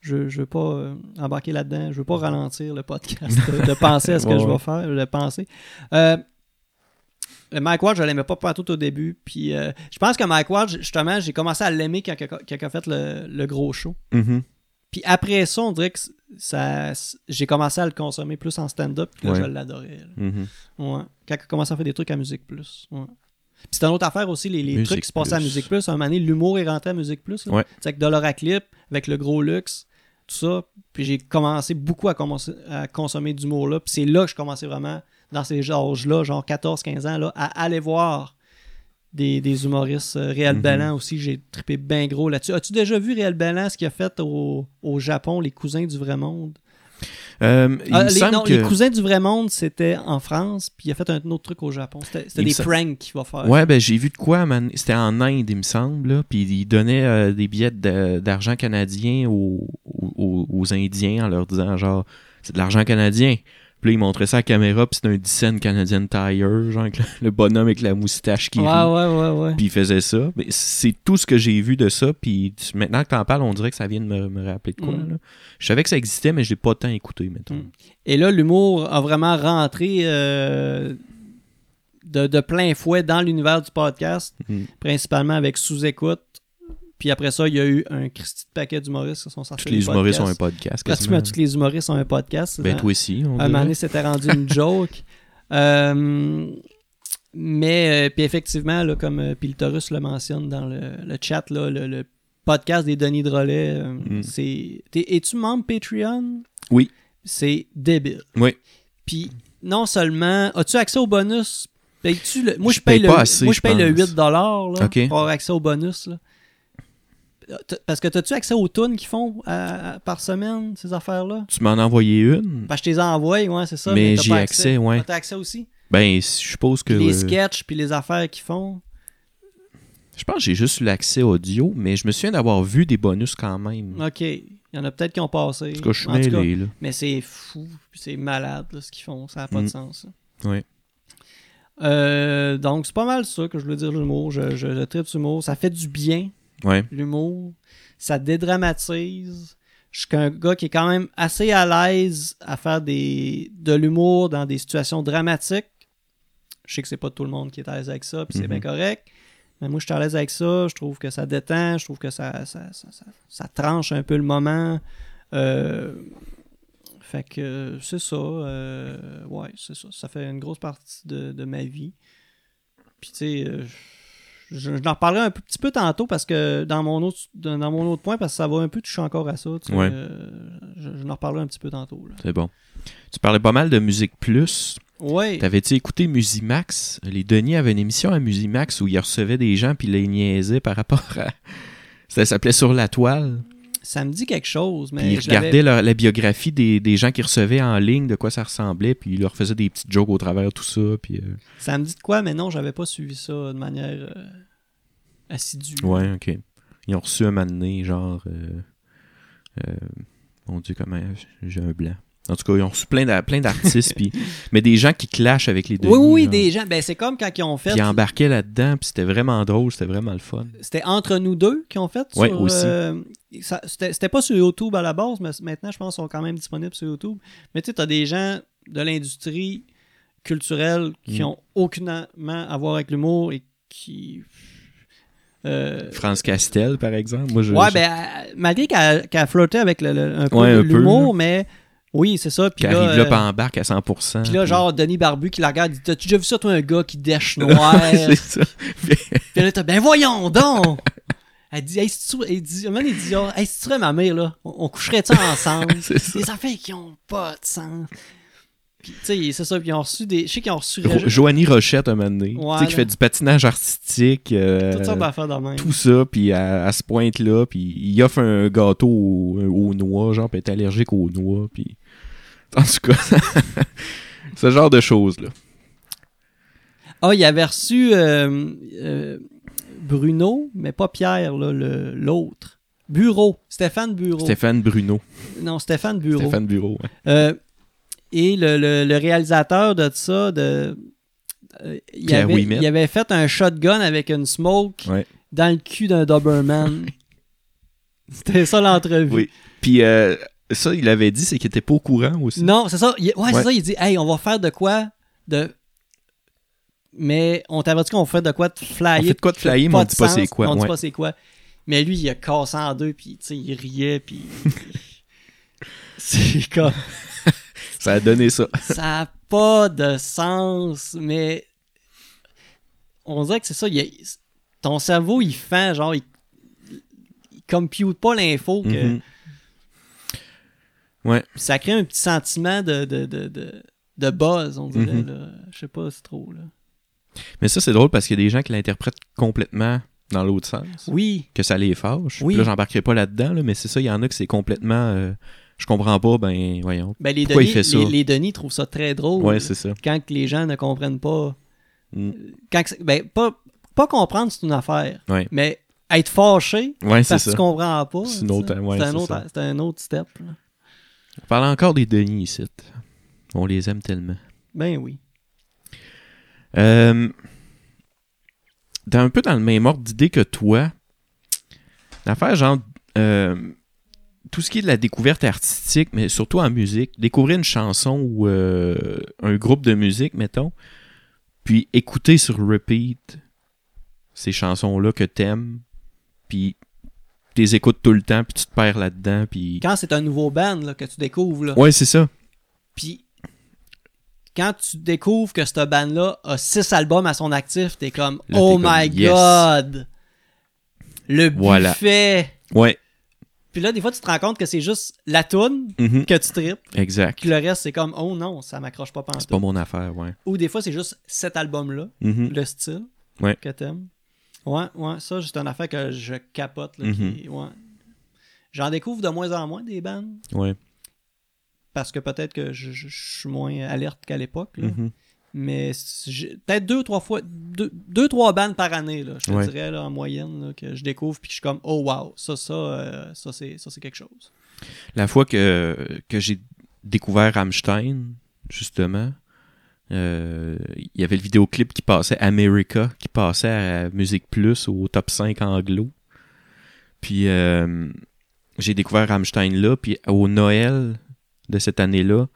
Speaker 1: je- je veux pas euh, embarquer là-dedans. Je veux pas ralentir le podcast euh, de, penser à ce que
Speaker 2: Ouais,
Speaker 1: je vais
Speaker 2: ouais.
Speaker 1: faire, de penser. Euh, le Mike Ward, je l'aimais pas partout au début. Puis euh, je pense que Mike Ward, justement, j'ai commencé à l'aimer quand, quand, quand il a fait le, le gros show.
Speaker 2: Mhm.
Speaker 1: Puis après ça, on dirait que ça, j'ai commencé à le consommer plus en stand-up. Puis là,
Speaker 2: Ouais.
Speaker 1: je l'adorais. là.
Speaker 2: Mhm.
Speaker 1: Ouais. Quand il a commencé à faire des trucs à Musique Plus. Ouais. Puis c'est une autre affaire aussi, les, les
Speaker 2: Musique
Speaker 1: trucs qui se passaient à
Speaker 2: Plus.
Speaker 1: Musique Plus. À un moment donné, l'humour est rentré à Musique Plus. là.
Speaker 2: Ouais.
Speaker 1: Tu sais, avec Dolora Clip, avec le gros luxe, tout ça. Puis j'ai commencé beaucoup à, commencer, à consommer du humour là. Puis c'est là que je commençais vraiment, dans ces âges-là, genre 14-15 ans, là, à aller voir des, des humoristes. Euh, Réal
Speaker 2: Mhm.
Speaker 1: Ballant aussi, j'ai trippé bien gros là-dessus. As-tu déjà vu Réal Ballant, ce qu'il a fait au, au Japon, les cousins du vrai monde?
Speaker 2: Euh, il
Speaker 1: Ah,
Speaker 2: me
Speaker 1: les,
Speaker 2: semble
Speaker 1: non,
Speaker 2: que...
Speaker 1: les cousins du vrai monde, c'était en France, puis il a fait un autre truc au Japon. C'était c'était
Speaker 2: Il me
Speaker 1: des
Speaker 2: sem-
Speaker 1: pranks qu'il va faire.
Speaker 2: Ouais, ben j'ai vu de quoi, man. c'était en Inde, il me semble, là. puis il donnait euh, des billets de- d'argent canadien aux, aux, aux Indiens en leur disant, genre, c'est de l'argent canadien. Puis là, il montrait ça à la caméra, puis c'était un 10 cent Canadian Tire, genre, avec le, le bonhomme avec la moustache qui
Speaker 1: ouais,
Speaker 2: rit.
Speaker 1: ouais, ouais, ouais.
Speaker 2: Puis il faisait ça. Mais c'est tout ce que j'ai vu de ça. Puis tu- maintenant que t'en parles, on dirait que ça vient de me, me rappeler de quoi.
Speaker 1: Mm.
Speaker 2: là. Je savais que ça existait, mais je l'ai pas tant écouté, mettons.
Speaker 1: Mm. Et là, l'humour a vraiment rentré euh, de, de plein fouet dans l'univers du podcast,
Speaker 2: Mhm.
Speaker 1: principalement avec Sous-Écoute. Puis après ça, il y a eu un Christy de paquet d'humoristes qui sont sortis.
Speaker 2: Tous
Speaker 1: des
Speaker 2: les humoristes ont un
Speaker 1: podcasts. Ah,
Speaker 2: podcast.
Speaker 1: Pratiquement
Speaker 2: quasiment.
Speaker 1: tous les humoristes ont un podcast. c'est
Speaker 2: Ben
Speaker 1: dans-
Speaker 2: toi aussi, on
Speaker 1: À un moment
Speaker 2: dirait.
Speaker 1: donné, c'était rendu une joke. Euh, mais, euh, puis effectivement, là, comme euh, Piltorus le mentionne dans le, le chat, là, le, le podcast des Denis Drolet, euh,
Speaker 2: Mm.
Speaker 1: c'est... t'es- Es-tu membre Patreon?
Speaker 2: Oui.
Speaker 1: C'est débile.
Speaker 2: Oui.
Speaker 1: Puis, non seulement... As-tu accès au bonus? Payes-tu le... Moi, je,
Speaker 2: Je
Speaker 1: paye,
Speaker 2: paye pas
Speaker 1: le,
Speaker 2: assez,
Speaker 1: moi, je
Speaker 2: je
Speaker 1: paye le
Speaker 2: pense.
Speaker 1: 8$ là,
Speaker 2: Ok.
Speaker 1: pour avoir accès au bonus. là. T- Parce que t'as-tu accès aux tunes qu'ils font à- à- par semaine, ces affaires-là?
Speaker 2: Tu m'en as envoyé une.
Speaker 1: Parce que je te les envoie, ouais, c'est ça.
Speaker 2: Mais
Speaker 1: t'as
Speaker 2: j'ai
Speaker 1: pas
Speaker 2: accès, ouais.
Speaker 1: Ah, T'as accès aussi.
Speaker 2: Ben, si- je suppose que.
Speaker 1: Puis les
Speaker 2: euh,
Speaker 1: sketchs, puis les affaires qu'ils font.
Speaker 2: je pense que j'ai juste eu l'accès audio, mais je me souviens d'avoir vu des bonus quand même. En
Speaker 1: OK. Il y en a peut-être qui ont passé.
Speaker 2: Mm. tout cas, je suis
Speaker 1: En tout cas,
Speaker 2: mêlé, là.
Speaker 1: mais c'est fou, puis c'est malade là, ce qu'ils font. Ça n'a pas
Speaker 2: Mm.
Speaker 1: de sens. là.
Speaker 2: Ouais.
Speaker 1: Euh, donc, c'est pas mal ça que je voulais dire de l'humour. Je, je, je tripe sur l'humour. Ça fait du bien,
Speaker 2: Ouais.
Speaker 1: l'humour. Ça dédramatise. Je suis un gars qui est quand même assez à l'aise à faire des, de l'humour dans des situations dramatiques. Je sais que c'est pas tout le monde qui est à l'aise avec ça, puis c'est
Speaker 2: Mhm.
Speaker 1: bien correct. Mais moi, je suis à l'aise avec ça. Je trouve que ça détend. Je trouve que ça, ça, ça, ça- ça tranche un peu le moment. Euh, fait que euh, c'est ça. euh, ouais, c'est ça. Ça fait une grosse partie de, de ma vie. Puis, tu sais, euh, je, je n'en reparlerai un peu- petit peu tantôt parce que dans mon autre, dans dans mon autre point, parce que ça va un peu toucher encore à ça. tu sais,
Speaker 2: Ouais.
Speaker 1: euh, je je n'en reparlerai un petit peu tantôt. Là.
Speaker 2: C'est bon. Tu parlais pas mal de musique plus.
Speaker 1: Ouais.
Speaker 2: T'avais-tu écouté Musimax? Les Denis avaient une émission à Musimax où ils recevaient des gens puis ils les niaisaient par rapport à... Ça s'appelait Sur la toile.
Speaker 1: Ça me dit quelque chose, mais
Speaker 2: Puis ils
Speaker 1: je l'avais-
Speaker 2: regardaient leur- la biographie des, des gens qu'ils recevaient en ligne, de quoi ça ressemblait, puis ils leur faisaient des petites jokes au travers de tout ça. Puis, euh,
Speaker 1: ça me dit de quoi, mais non, j'avais pas suivi ça de manière euh, assidue.
Speaker 2: Ouais, ok. Ils ont reçu un moment donné, genre... euh, euh, mon Dieu, comment... J'ai un blanc. En tout cas, ils ont reçu plein d'a- plein d'artistes, puis, mais des gens qui clashent avec les Denis.
Speaker 1: Oui, oui,
Speaker 2: genre.
Speaker 1: des gens. Ben, c'est comme quand ils ont fait.
Speaker 2: Puis ils embarquaient là-dedans, puis c'était vraiment drôle, c'était vraiment le fun.
Speaker 1: C'était entre nous deux qu'ils ont fait.
Speaker 2: Ouais,
Speaker 1: sur,
Speaker 2: aussi.
Speaker 1: euh, ça- C'était c'était pas sur YouTube à la base, mais maintenant, je pense qu'ils sont quand même disponibles sur YouTube. Mais tu sais, t'as des gens de l'industrie culturelle qui
Speaker 2: Mm.
Speaker 1: ont aucunement à voir avec l'humour et qui. euh,
Speaker 2: France Castel, par exemple. Moi, je,
Speaker 1: ouais,
Speaker 2: je-
Speaker 1: ben, elle- malgré qu'elle qu'elle flirtait avec le, le- un peu
Speaker 2: Ouais,
Speaker 1: de
Speaker 2: un peu,
Speaker 1: l'humour, mais oui, c'est ça. Puis
Speaker 2: qui
Speaker 1: là,
Speaker 2: arrive
Speaker 1: euh,
Speaker 2: là, puis embarque à 100%.
Speaker 1: Puis là,
Speaker 2: puis-
Speaker 1: genre, Denis Barbu qui la regarde, il dit T'as-tu déjà vu ça, toi, un gars qui dèche noir
Speaker 2: c'est ça.
Speaker 1: Puis là, t'as Ben voyons donc Elle dit Hey, si tu elle dit, un moment, il dit Ah, hey, si tu serais ma mère, là, on, on coucherait ça ensemble
Speaker 2: c'est ça.
Speaker 1: Des affaires qui ont pas de sens. Puis, tu sais, c'est ça. Puis, ils ont reçu des. Je sais qu'ils ont reçu.
Speaker 2: Ro-
Speaker 1: Régis-
Speaker 2: Joanie Rochette, un moment donné, tu
Speaker 1: Voilà.
Speaker 2: sais, qui fait du patinage artistique, euh,
Speaker 1: Toutes sortes d'affaires dans même.
Speaker 2: tout ça, puis elle, elle se pointe là, puis il offre un gâteau au- aux, noix, genre, puis elle est allergique aux noix, puis... En tout cas, ce genre de choses-là.
Speaker 1: Ah, il avait reçu euh, euh, Bruno, mais pas Pierre, là, le- l'autre. Bureau. Stéphane Bureau.
Speaker 2: Stéphane Bruno.
Speaker 1: Non, Stéphane Bureau.
Speaker 2: Stéphane Bureau, ouais.
Speaker 1: Euh, Et le, le- le réalisateur de ça, de, euh, il,
Speaker 2: Pierre
Speaker 1: avait,
Speaker 2: Ouimet.
Speaker 1: il avait fait un shotgun avec une smoke
Speaker 2: Ouais.
Speaker 1: dans le cul d'un Doberman. C'était ça l'entrevue.
Speaker 2: Oui. Puis euh, ça, il avait dit, c'est qu'il était pas au courant aussi.
Speaker 1: Non, c'est ça. Il- ouais,
Speaker 2: Ouais.
Speaker 1: c'est ça. Il dit Hey, on va faire de quoi de. Mais on t'avait dit qu'on fait de quoi de flyer.
Speaker 2: On fait de quoi de flyer,
Speaker 1: Pas
Speaker 2: mais on
Speaker 1: de
Speaker 2: dit pas
Speaker 1: sens,
Speaker 2: c'est quoi,
Speaker 1: On dit
Speaker 2: ouais.
Speaker 1: pas c'est quoi. Mais lui, il a cassé en deux, puis tu sais, il riait, puis. c'est comme.
Speaker 2: Ça a donné ça.
Speaker 1: Ça n'a pas de sens, mais. On dirait que c'est ça. il y a- Ton cerveau, il fend, genre, il. il compute pas l'info que
Speaker 2: Mhm.
Speaker 1: ça crée un petit sentiment de, de, de, de, de buzz, on dirait.
Speaker 2: Mhm.
Speaker 1: là. Je sais pas, c'est trop. Là.
Speaker 2: Mais ça, c'est drôle parce qu'il y a des gens qui l'interprètent complètement dans l'autre sens.
Speaker 1: Oui,
Speaker 2: Que ça les fâche.
Speaker 1: Oui.
Speaker 2: Puis Là, j'embarquerai pas là-dedans, là, mais c'est ça, il y en a que c'est complètement. euh, je comprends pas, ben voyons.
Speaker 1: ben les,
Speaker 2: Pourquoi il
Speaker 1: Denis,
Speaker 2: fait ça?
Speaker 1: les, les Denis trouvent ça très drôle
Speaker 2: Ouais, c'est ça.
Speaker 1: quand que les gens ne comprennent pas.
Speaker 2: Mm.
Speaker 1: Quand que c'est- ben, pas, pas comprendre, c'est une affaire,
Speaker 2: Ouais,
Speaker 1: mais être fâché
Speaker 2: ouais c'est
Speaker 1: parce que
Speaker 2: ça.
Speaker 1: tu comprends pas,
Speaker 2: C'est
Speaker 1: tu
Speaker 2: une
Speaker 1: sais,
Speaker 2: autre- ouais,
Speaker 1: c'est un,
Speaker 2: c'est
Speaker 1: autre-
Speaker 2: ça.
Speaker 1: c'est un autre step. là.
Speaker 2: On parle encore des Denis ici. On les aime tellement.
Speaker 1: Ben oui.
Speaker 2: Euh, dans, un peu dans le même ordre d'idée que toi, l'affaire genre euh, tout ce qui est de la découverte artistique, mais surtout en musique, découvrir une chanson ou euh, un groupe de musique, mettons, puis écouter sur repeat ces chansons-là que t'aimes, puis tu les écoutes tout le temps, puis tu te perds là-dedans, puis...
Speaker 1: Quand c'est un nouveau band là, que tu découvres, là,
Speaker 2: Ouais, c'est ça.
Speaker 1: puis quand tu découvres que ce band-là a six albums à son actif, t'es comme
Speaker 2: Là,
Speaker 1: Oh
Speaker 2: t'es comme,
Speaker 1: my
Speaker 2: Yes.
Speaker 1: god! Le
Speaker 2: Voilà.
Speaker 1: buffet!
Speaker 2: Ouais.
Speaker 1: Puis là, des fois, tu te rends compte que c'est juste la toune
Speaker 2: mhm,
Speaker 1: que tu tripes,
Speaker 2: Exact.
Speaker 1: puis le reste, c'est comme Oh non, ça m'accroche pas
Speaker 2: C'est
Speaker 1: pantoute.
Speaker 2: pas mon affaire, ouais.
Speaker 1: Ou des fois, c'est juste cet album-là,
Speaker 2: Mhm.
Speaker 1: le style
Speaker 2: Ouais.
Speaker 1: que t'aimes. Ouais, ouais, ça, c'est une affaire que je capote. là,
Speaker 2: Mm-hmm.
Speaker 1: qui- ouais. J'en découvre de moins en moins des bands,
Speaker 2: Ouais.
Speaker 1: parce que peut-être que je, je- je suis moins alerte qu'à l'époque. là.
Speaker 2: mhm.
Speaker 1: Mais si j'ai- peut-être deux, trois fois, deux, deux, trois bandes par année, là, je te
Speaker 2: Ouais.
Speaker 1: dirais, là, en moyenne, là, que je découvre puis que je suis comme, oh wow, ça, ça, euh, ça, c'est, ça, c'est quelque chose.
Speaker 2: La fois que, que j'ai découvert Rammstein, justement, euh, il y avait le vidéoclip qui passait America, qui passait à Musique Plus au top 5 anglo. Puis euh, j'ai découvert Rammstein là, puis au Noël de cette année-là,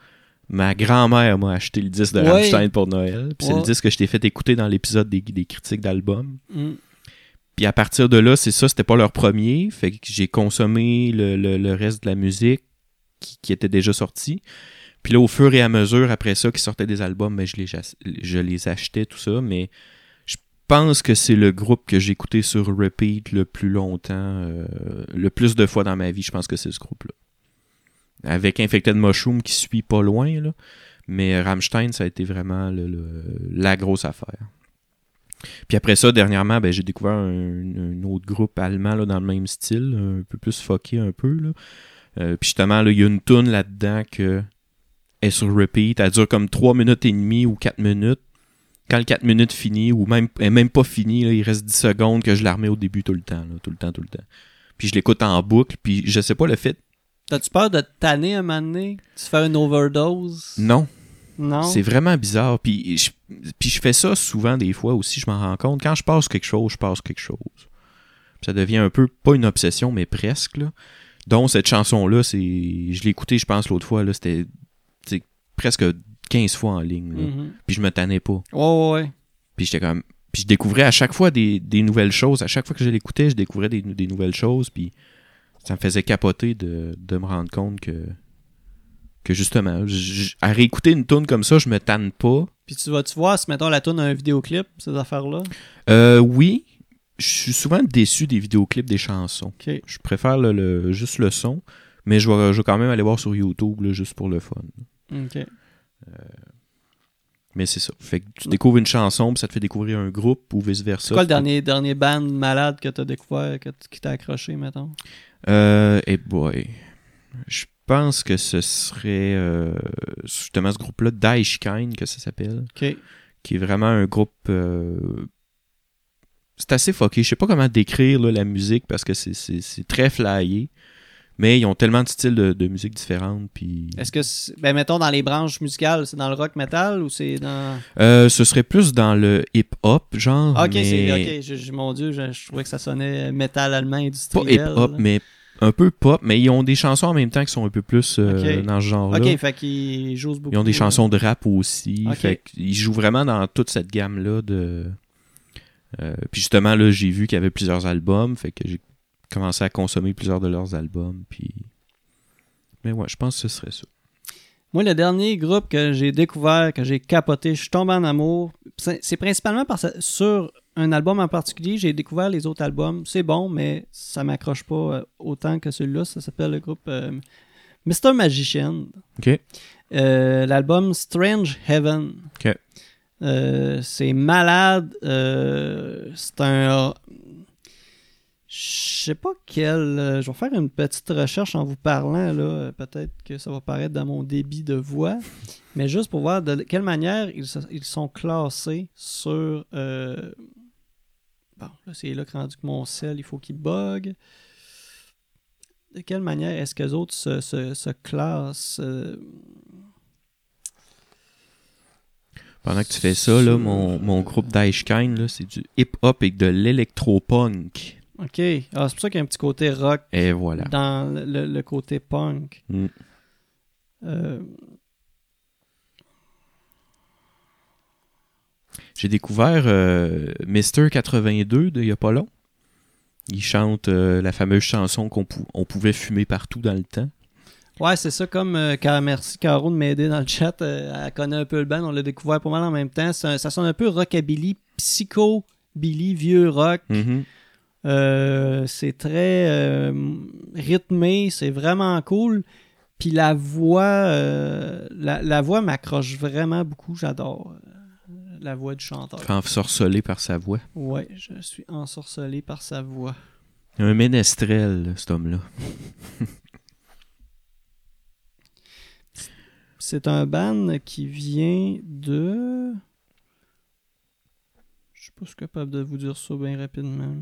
Speaker 2: ma grand-mère m'a acheté le disque de
Speaker 1: Ouais.
Speaker 2: Rammstein pour Noël. Puis c'est
Speaker 1: Ouais.
Speaker 2: le disque que je t'ai fait écouter dans l'épisode des, des critiques d'albums.
Speaker 1: Mm.
Speaker 2: Puis à partir de là, c'est ça, c'était pas leur premier. Fait que j'ai consommé le, le- le reste de la musique qui, qui était déjà sortie. Puis là, au fur et à mesure, après ça, qui sortaient des albums, mais je les, jas- je les achetais, tout ça. Mais je pense que c'est le groupe que j'ai écouté sur repeat le plus longtemps, euh, le plus de fois dans ma vie. Je pense que c'est ce groupe-là. Avec Infected Mushroom qui suit pas loin, là. Mais Rammstein, ça a été vraiment le- le- la grosse affaire. Puis après ça, dernièrement, ben, j'ai découvert un, un autre groupe allemand là, dans le même style, un peu plus fucké un peu. Là. Euh, puis justement, là, il y a une tune là-dedans que est sur repeat. Elle dure comme 3 minutes et demie ou 4 minutes. Quand le 4 minutes finit, ou même, elle est même pas finie, là, il reste 10 secondes que je la remets au début tout le temps, là, tout le temps, tout le temps. Puis je l'écoute en boucle, puis je sais pas le fait.
Speaker 1: T'as-tu peur de te tanner un moment donné? Tu fais une overdose?
Speaker 2: Non,
Speaker 1: Non?
Speaker 2: C'est vraiment bizarre. Puis je, puis je fais ça souvent des fois aussi, je m'en rends compte. Quand je passe quelque chose, je passe quelque chose. Puis ça devient un peu, pas une obsession, mais presque. Là. Donc cette chanson-là, c'est je l'ai écoutée, je pense, l'autre fois, là, c'était tu sais, presque 15 fois en ligne. là.
Speaker 1: Mhm.
Speaker 2: Puis je me tannais pas.
Speaker 1: Ouais, ouais, ouais.
Speaker 2: Puis j'étais comme... Puis je découvrais à chaque fois des, des nouvelles choses. À chaque fois que je l'écoutais, je découvrais des, des nouvelles choses. Puis ça me faisait capoter de, de me rendre compte que... Que justement, j- j- à réécouter une tune comme ça, je me tanne pas.
Speaker 1: Puis tu vas-tu voir si, mettons, la tourne a un vidéoclip, ces affaires-là?
Speaker 2: Euh, oui. Je suis souvent déçu des vidéoclips des chansons.
Speaker 1: OK.
Speaker 2: Je préfère le, le- juste le son, mais je vais, je vais quand même aller voir sur YouTube là, juste pour le fun.
Speaker 1: OK.
Speaker 2: Mais c'est ça. Fait que tu découvres une chanson, puis ça te fait découvrir un groupe ou vice-versa.
Speaker 1: C'est quoi le dernier, dernier band malade que t'as découvert, que t- qui t'a accroché, mettons?
Speaker 2: Euh, hey boy. Je pense que ce serait euh, justement ce groupe-là, Daesh Kind, que ça s'appelle.
Speaker 1: OK.
Speaker 2: qui est vraiment un groupe. euh, c'est assez fucké. Je sais pas comment décrire là, la musique parce que c'est- c'est c'est très flyé. Mais ils ont tellement de styles de, de musique différentes. Puis...
Speaker 1: Est-ce que, c'est- ben, mettons, dans les branches musicales, c'est dans le rock metal ou c'est dans.
Speaker 2: Euh, ce serait plus dans le hip-hop, genre.
Speaker 1: Ah, ok, c'est.
Speaker 2: mais-
Speaker 1: Ok, je- je- mon Dieu, je, je trouvais que ça sonnait métal allemand
Speaker 2: Pas
Speaker 1: industriel.
Speaker 2: hip-hop,
Speaker 1: là.
Speaker 2: mais un peu pop. Mais ils ont des chansons en même temps qui sont un peu plus euh,
Speaker 1: Ok.
Speaker 2: dans ce genre-là.
Speaker 1: Ok, fait qu'ils jouent beaucoup.
Speaker 2: Ils ont des chansons de rap aussi.
Speaker 1: euh, Ok.
Speaker 2: Fait qu'ils jouent vraiment dans toute cette gamme-là de. Euh, puis justement, là, j'ai vu qu'il y avait plusieurs albums. Fait que j'ai commencé à consommer plusieurs de leurs albums. Puis. Mais ouais, je pense que ce serait ça.
Speaker 1: Moi, le dernier groupe que j'ai découvert, que j'ai capoté, je suis tombé en amour. C'est c'est principalement parce que sur un album en particulier, j'ai découvert les autres albums. C'est bon, mais ça m'accroche pas euh, autant que celui-là. Ça s'appelle le groupe euh, Mr. Magician.
Speaker 2: OK.
Speaker 1: Euh, L'album Strange Heaven.
Speaker 2: Ok.
Speaker 1: Euh, c'est malade. euh, c'est un. Je sais pas quel. euh, Je vais faire une petite recherche en vous parlant. là. Euh, Peut-être que ça va paraître dans mon débit de voix. Mais juste pour voir de quelle manière ils, se- ils sont classés sur. euh, Bon, là, c'est là que rendu que mon sel, il faut qu'il bug. De quelle manière est-ce que les autres se, se- se classent euh,
Speaker 2: Pendant que tu fais ça, là, mon, mon groupe d'Aishkind, là, c'est du hip-hop et de l'électro-punk.
Speaker 1: Ok. Ah, c'est pour ça qu'il y a un petit côté rock
Speaker 2: Et voilà.
Speaker 1: dans le, le- le côté punk.
Speaker 2: Mm.
Speaker 1: Euh,
Speaker 2: J'ai découvert euh, Mister 82 de il y a pas long. Il chante euh, la fameuse chanson qu'on pou- on pouvait fumer partout dans le temps.
Speaker 1: ouais, c'est ça comme euh, Car- merci Caro de m'aider dans le chat. euh, elle connaît un peu le band, on l'a découvert pas mal en même temps. C'est un- ça sonne un peu rockabilly, psycho billy, vieux rock. Euh, c'est très euh, rythmé, c'est vraiment cool. Puis la voix, euh, la, la voix m'accroche vraiment beaucoup. J'adore euh, la voix du chanteur.
Speaker 2: Fait ensorceler par sa voix.
Speaker 1: Ouais, je suis ensorcelé par sa voix.
Speaker 2: Un ménestrel, là, cet homme-là.
Speaker 1: C'est un ban qui vient de. Je sais pas si je suis capable de vous dire ça bien rapidement.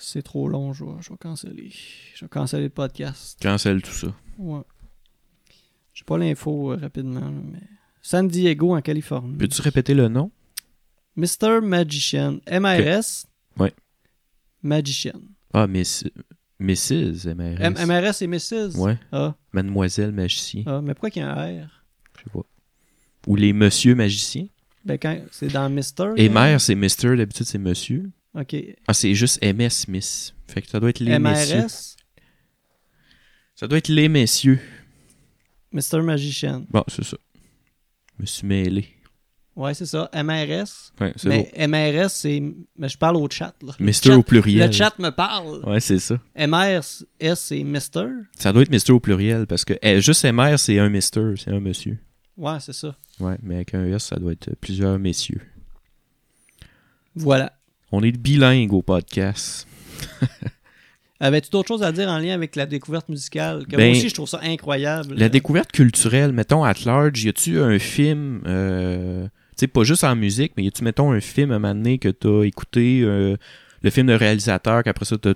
Speaker 1: C'est trop long, je vais, je vais canceller. Je vais canceller le podcast.
Speaker 2: Cancelle tout ça.
Speaker 1: Ouais. J'ai pas l'info euh, rapidement, là, mais. San Diego, en Californie.
Speaker 2: Peux-tu répéter le nom?
Speaker 1: Mr. Magician. MRS.
Speaker 2: Ouais.
Speaker 1: Magician.
Speaker 2: Ah, Miss... Mrs. MRS.
Speaker 1: M- MRS et Mrs.
Speaker 2: Ouais.
Speaker 1: Ah,
Speaker 2: Mademoiselle Magicien.
Speaker 1: ah, mais pourquoi qu'il y a un R?
Speaker 2: Je sais pas. Ou les Monsieur Magiciens.
Speaker 1: Ben, quand c'est dans Mister.
Speaker 2: Et
Speaker 1: là.
Speaker 2: mère, c'est Mister, d'habitude, c'est Monsieur.
Speaker 1: OK.
Speaker 2: Ah, c'est juste MS, Miss. Fait que ça doit être les messieurs.
Speaker 1: MRS,
Speaker 2: Ça doit être les messieurs.
Speaker 1: Mr. Magician.
Speaker 2: Bon, c'est ça. Je me suis mêlé.
Speaker 1: Ouais, c'est ça. MRS.
Speaker 2: Ouais, c'est
Speaker 1: Mais MRS, c'est. Mais je parle au chat, là.
Speaker 2: beau. Mister
Speaker 1: Le
Speaker 2: au
Speaker 1: chat-
Speaker 2: pluriel.
Speaker 1: Le chat me parle.
Speaker 2: Ouais, c'est ça.
Speaker 1: MRS, c'est Mister.
Speaker 2: Ça doit être Mister au pluriel parce que eh, juste MR, c'est un Mister, c'est un monsieur.
Speaker 1: Ouais, c'est ça.
Speaker 2: Ouais, mais avec un S, ça doit être plusieurs messieurs.
Speaker 1: Voilà.
Speaker 2: On est bilingue au podcast.
Speaker 1: Avais-tu d'autres choses à dire en lien avec la découverte musicale? Que
Speaker 2: Ben,
Speaker 1: moi aussi, je trouve ça incroyable.
Speaker 2: La découverte culturelle, mettons, at large, y a-tu un film, euh, tu sais, pas juste en musique, mais y a-tu, mettons, un film à un moment donné que t'as écouté, euh, le film de réalisateur, qu'après ça, t'as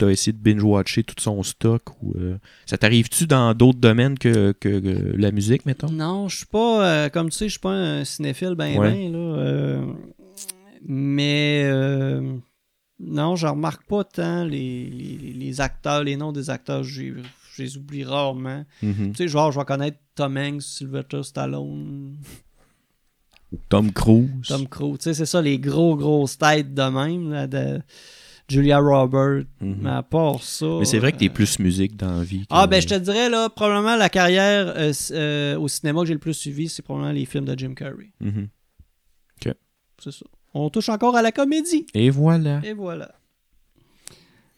Speaker 2: as essayé de binge-watcher tout son stock? ou euh, Ça t'arrive-tu dans d'autres domaines que, que- que la musique, mettons?
Speaker 1: Non, je suis pas. euh, comme tu sais, je suis pas un cinéphile ben
Speaker 2: Ouais.
Speaker 1: ben, là. euh, mais euh, non, je remarque pas tant les, les- les acteurs, les noms des acteurs, j'ai- je les oublie rarement.
Speaker 2: Mhm.
Speaker 1: Tu sais, genre, je vais connaître Tom Hanks, Sylvester Stallone,
Speaker 2: Tom Cruise.
Speaker 1: Tom Cruise. Tu sais, c'est ça, les gros, grosses têtes de même, là, de Julia Roberts.
Speaker 2: Mhm.
Speaker 1: Mais à part ça.
Speaker 2: Mais c'est vrai que t'es
Speaker 1: euh,
Speaker 2: plus musique dans la vie. que-
Speaker 1: Ah, ben, je te dirais, là, probablement la carrière euh, c- euh, au cinéma que j'ai le plus suivi, c'est probablement les films de Jim Carrey.
Speaker 2: Mhm.
Speaker 1: C'est ça. On touche encore à la comédie.
Speaker 2: Et voilà.
Speaker 1: Et voilà.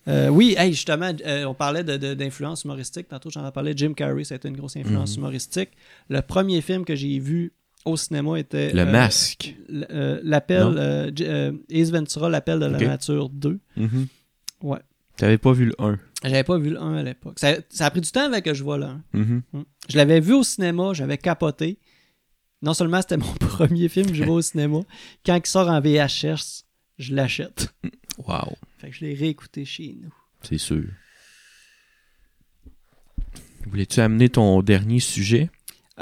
Speaker 1: Euh, oui, hey, justement, euh, on parlait de- de- d'influence humoristique. Tantôt, j'en ai parlé. Jim Carrey, ça a été une grosse influence
Speaker 2: Mhm.
Speaker 1: humoristique. Le premier film que j'ai vu au cinéma était.
Speaker 2: Le
Speaker 1: euh,
Speaker 2: masque.
Speaker 1: l- euh, L'appel.
Speaker 2: Non.
Speaker 1: euh, J- euh, Ace Ventura, L'appel de la
Speaker 2: Ok.
Speaker 1: nature 2.
Speaker 2: Mhm.
Speaker 1: Ouais.
Speaker 2: T'avais pas vu le 1.
Speaker 1: J'avais pas vu le 1 à l'époque. Ça, ça a pris du temps avant que je vois le 1.
Speaker 2: Mhm.
Speaker 1: Je l'avais vu au cinéma, j'avais capoté. Non seulement c'était mon premier film que j'ai vu au cinéma, quand il sort en VHS, je l'achète.
Speaker 2: Wow.
Speaker 1: Fait Fait que je l'ai réécouté chez nous.
Speaker 2: C'est sûr. Voulais-tu amener ton dernier sujet?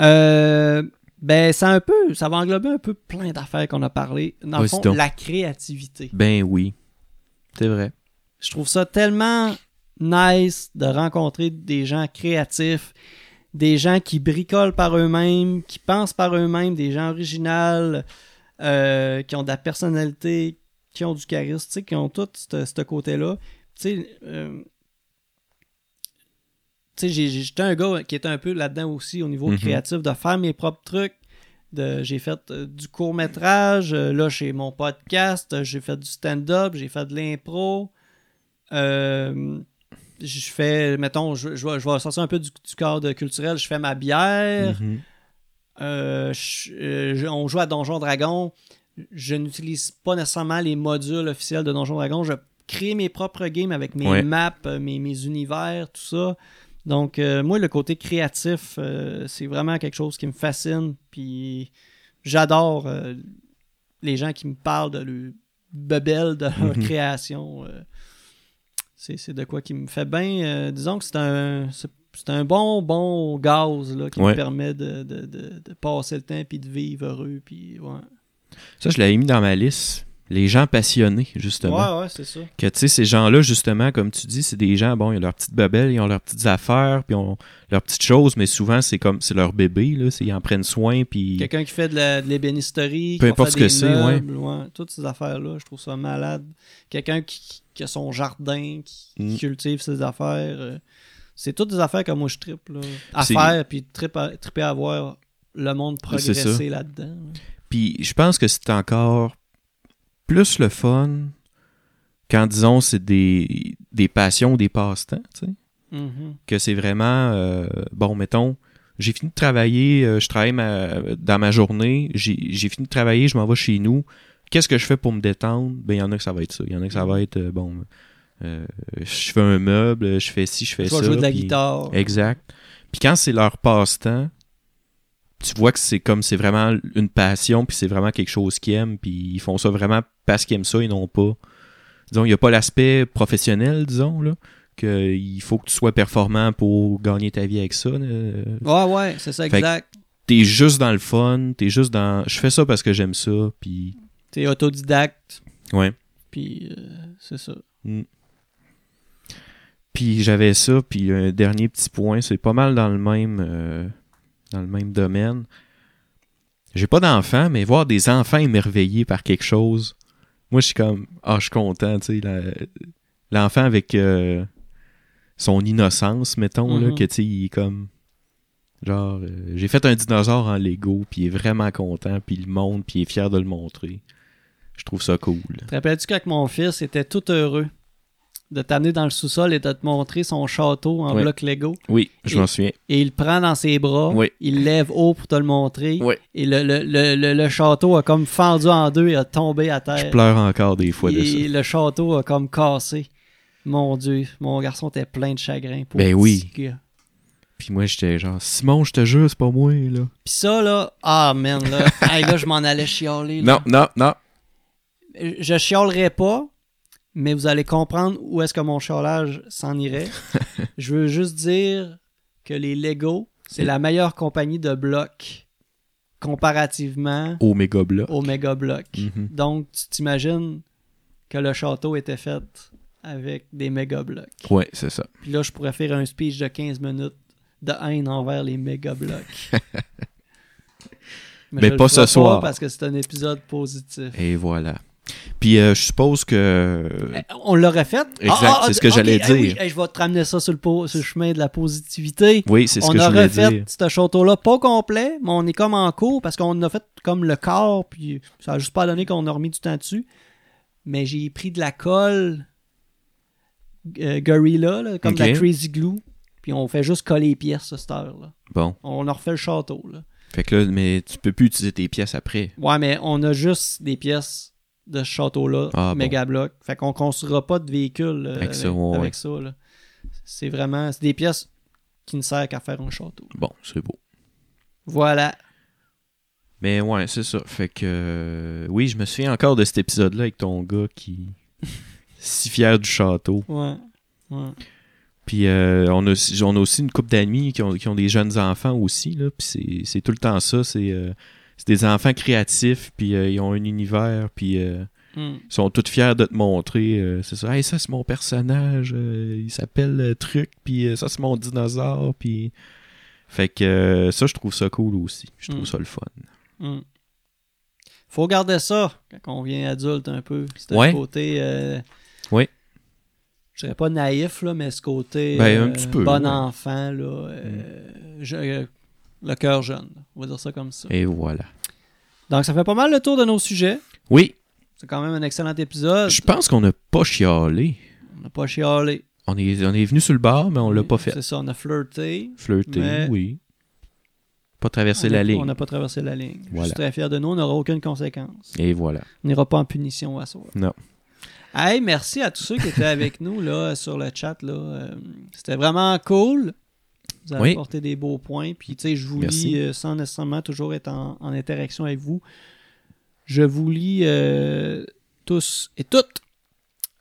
Speaker 1: Euh, ben, ça, un peu, ça va englober un peu plein d'affaires qu'on a parlé. Dans le
Speaker 2: Vas-y
Speaker 1: fond,
Speaker 2: donc.
Speaker 1: la créativité.
Speaker 2: Ben oui. C'est vrai.
Speaker 1: Je trouve ça tellement nice de rencontrer des gens créatifs, des gens qui bricolent par eux-mêmes, qui pensent par eux-mêmes, des gens originaux, euh, qui ont de la personnalité, qui ont du charisme, tu sais, qui ont tout ce ce côté-là. Tu sais, euh, tu sais, j'ai- j'ai- j'étais un gars qui était un peu là-dedans aussi au niveau
Speaker 2: Mhm.
Speaker 1: créatif, de faire mes propres trucs. De- J'ai fait euh, du court-métrage, euh, là, j'ai mon podcast, euh, j'ai fait du stand-up, j'ai fait de l'impro. Euh, je fais, mettons, je, je vais, je vais sortir un peu du, du cadre culturel, je fais ma bière.
Speaker 2: Mhm.
Speaker 1: Euh, je- euh, je- on joue à Donjon Dragon. Je n'utilise pas nécessairement les modules officiels de Donjon Dragon. Je crée mes propres games avec mes
Speaker 2: Ouais.
Speaker 1: maps, euh, mes, mes univers, tout ça. Donc, euh, moi, le côté créatif, euh, c'est vraiment quelque chose qui me fascine. Puis, j'adore euh, les gens qui me parlent de leur bebelle, de leur
Speaker 2: Mhm.
Speaker 1: création. euh. c'est c'est de quoi qui me fait bien. Euh, disons que c'est un, c'est- c'est un bon, bon gaz là, qui me
Speaker 2: Ouais.
Speaker 1: permet de, de- de- de passer le temps puis de vivre heureux. Puis, ouais.
Speaker 2: Ça, je l'avais mis dans ma liste. Les gens passionnés, justement.
Speaker 1: ouais, ouais, c'est ça.
Speaker 2: Que tu sais, ces gens-là, justement, comme tu dis, c'est des gens, bon, ils ont leurs petites babelles, ils ont leurs petites affaires, puis ils ont leurs petites choses, mais souvent, c'est comme, c'est leur bébé, là, c'est- ils en prennent soin, puis
Speaker 1: Quelqu'un qui fait de la- de l'ébénisterie, qui va
Speaker 2: Peu importe
Speaker 1: faire
Speaker 2: ce que
Speaker 1: des
Speaker 2: c'est, ouais.
Speaker 1: meubles, ouais, Toutes ces affaires-là, je trouve ça malade. Quelqu'un qui, qui a son jardin, qui
Speaker 2: Mm.
Speaker 1: cultive ses affaires. euh, c'est toutes des affaires que moi je trippe. Là. À
Speaker 2: C'est-
Speaker 1: faire, puis trip à- tripper à voir le monde
Speaker 2: C'est ça.
Speaker 1: progresser là-dedans. ouais.
Speaker 2: Puis je pense que c'est encore plus le fun quand, disons, c'est des, des passions, des passe-temps, tu sais.
Speaker 1: Mhm.
Speaker 2: Que c'est vraiment, euh, bon, mettons, j'ai fini de travailler, euh, je travaille ma- dans ma journée, j'ai j'ai fini de travailler, je m'en vais chez nous. Qu'est-ce que je fais pour me détendre? Ben, il y en a que ça va être ça. Il y en a que ça
Speaker 1: Mm.
Speaker 2: va être, euh, bon, euh, je fais un meuble, je fais ci, je fais
Speaker 1: Je
Speaker 2: ça.
Speaker 1: vais jouer de la
Speaker 2: puis-
Speaker 1: guitare.
Speaker 2: Exact. Puis quand c'est leur passe-temps, tu vois que c'est comme c'est vraiment une passion, puis c'est vraiment quelque chose qu'ils aiment, puis ils font ça vraiment parce qu'ils aiment ça et non pas. Disons, il n'y a pas l'aspect professionnel, disons, là, qu'il faut que tu sois performant pour gagner ta vie avec ça. euh,
Speaker 1: Ouais, ouais, c'est ça,
Speaker 2: Fait que-
Speaker 1: exact.
Speaker 2: T'es juste dans le fun, t'es juste dans. Je fais ça parce que j'aime ça, puis.
Speaker 1: T'es autodidacte,
Speaker 2: Ouais.
Speaker 1: puis euh, c'est ça.
Speaker 2: Puis j'avais ça, puis un dernier petit point, c'est pas mal dans le même euh, dans le même domaine. J'ai pas d'enfants, mais voir des enfants émerveillés par quelque chose, moi je suis comme ah je suis content, tu sais la- l'enfant avec euh, son innocence mettons là
Speaker 1: Mhm.
Speaker 2: que tu sais il est comme genre euh, j'ai fait un dinosaure en Lego, puis il est vraiment content, puis il le montre, puis il est fier de le montrer. Je trouve ça cool.
Speaker 1: Te rappelles-tu quand mon fils était tout heureux de t'amener dans le sous-sol et de te montrer son château en
Speaker 2: Ouais.
Speaker 1: bloc Lego?
Speaker 2: Oui,
Speaker 1: je
Speaker 2: je
Speaker 1: m'en
Speaker 2: m'en souviens.
Speaker 1: Et il le prend dans ses bras,
Speaker 2: Oui.
Speaker 1: il lève haut pour te le montrer,
Speaker 2: Oui.
Speaker 1: et le, le- le- le- le château a comme fendu en deux et a tombé à
Speaker 2: Je
Speaker 1: terre.
Speaker 2: pleure encore des fois de ça.
Speaker 1: et le château a comme cassé. Mon Dieu, mon garçon était plein de chagrin. Pour
Speaker 2: Ben
Speaker 1: le
Speaker 2: oui.
Speaker 1: petit gars.
Speaker 2: Puis moi, j'étais genre, Simon, je te jure, c'est pas moi, là.
Speaker 1: Puis ça, là, ah man, là, hey, là je m'en allais chialer. là.
Speaker 2: Non, non, non.
Speaker 1: je chialerai pas, mais vous allez comprendre où est-ce que mon chialage s'en irait. je veux juste dire que les Lego, c'est la meilleure compagnie de blocs comparativement
Speaker 2: Oméga Bla.
Speaker 1: au Mega Bloc.
Speaker 2: Mhm.
Speaker 1: Donc, tu t'imagines que le château était fait avec des méga blocs.
Speaker 2: Ouais, c'est ça.
Speaker 1: Puis là, je pourrais faire un speech de 15 minutes de haine envers les méga blocs.
Speaker 2: Mais
Speaker 1: je le
Speaker 2: pas ce
Speaker 1: ferai
Speaker 2: soir.
Speaker 1: Parce que c'est un épisode positif.
Speaker 2: Et voilà. Puis euh, je suppose que. euh,
Speaker 1: Eh, On l'aurait fait.
Speaker 2: Ben, Exact, c'est ce que
Speaker 1: ok,
Speaker 2: j'allais
Speaker 1: eh oui,
Speaker 2: dire.
Speaker 1: eh, je vais te ramener ça sur le, po- sur le chemin de la positivité.
Speaker 2: Oui, c'est ce
Speaker 1: on
Speaker 2: que je voulais
Speaker 1: aurait fait
Speaker 2: dire.
Speaker 1: ce château-là, pas au complet, mais on est comme en cours parce qu'on a fait comme le corps, puis ça a juste pas donné qu'on a remis du temps dessus. Mais j'ai pris de la colle euh, Gorilla, là, comme de la
Speaker 2: Ok.
Speaker 1: Crazy Glue, puis on fait juste coller les pièces à cette heure-là.
Speaker 2: Bon.
Speaker 1: On a refait le château. Là.
Speaker 2: Fait que là, mais tu peux plus utiliser tes pièces après.
Speaker 1: Ouais, mais on a juste des pièces de ce château-là,
Speaker 2: Ah, bon.
Speaker 1: méga bloc. Fait qu'on construira pas de véhicule euh,
Speaker 2: Avec
Speaker 1: avec,
Speaker 2: ça, ouais,
Speaker 1: avec ça, là. C'est vraiment c'est des pièces qui ne servent qu'à faire un château.
Speaker 2: Bon, c'est beau.
Speaker 1: Voilà.
Speaker 2: Mais ouais, c'est ça. Fait que. euh, oui, je me souviens encore de cet épisode-là avec ton gars qui. si fier du château.
Speaker 1: Ouais. ouais.
Speaker 2: Puis euh, on, a, on a aussi une couple d'amis qui ont, qui ont des jeunes enfants aussi. Là, puis c'est- c'est tout le temps ça. C'est euh, c'est des enfants créatifs, puis euh, ils ont un univers, puis euh,
Speaker 1: Hmm.
Speaker 2: ils sont tous fiers de te montrer. euh, c'est ça, Hey, ça c'est mon personnage, euh, il s'appelle euh, Truc, puis euh, ça c'est mon dinosaure. Puis... Fait que euh, ça, je trouve ça cool aussi. Je trouve
Speaker 1: Mm.
Speaker 2: ça le fun.
Speaker 1: Hmm. Faut garder ça quand on vient adulte un peu. C'est
Speaker 2: Ouais.
Speaker 1: un côté. euh,
Speaker 2: Ouais.
Speaker 1: Je dirais pas naïf, là, mais ce côté euh,
Speaker 2: Ben, un petit peu,
Speaker 1: bon
Speaker 2: ouais. Mm.
Speaker 1: enfant, là, euh, je- euh, le cœur jeune. On va dire ça comme ça.
Speaker 2: Et voilà.
Speaker 1: Donc, ça fait pas mal le tour de nos sujets.
Speaker 2: Oui,
Speaker 1: C'est quand même un excellent épisode.
Speaker 2: je pense qu'on n'a pas chialé.
Speaker 1: On n'a pas chialé.
Speaker 2: On est, on est venu sur le bar, mais on l'a pas fait.
Speaker 1: C'est ça, on a flirté.
Speaker 2: Flirter,
Speaker 1: Mais-
Speaker 2: oui. Pas traverser
Speaker 1: On a-
Speaker 2: la
Speaker 1: On
Speaker 2: ligne.
Speaker 1: n'a pas traversé la ligne. Je
Speaker 2: Voilà.
Speaker 1: suis très fier de nous. On n'aura aucune conséquence.
Speaker 2: Et voilà.
Speaker 1: On n'ira pas en punition à soi.
Speaker 2: Non.
Speaker 1: Hey, merci à tous ceux qui étaient avec nous là, sur le chat. Là. Euh, C'était vraiment cool. Vous avez
Speaker 2: Oui.
Speaker 1: apporté des beaux points. Puis, tu sais, je vous
Speaker 2: Merci.
Speaker 1: lis euh, sans nécessairement toujours être en, en interaction avec vous. Je vous lis euh, tous et toutes.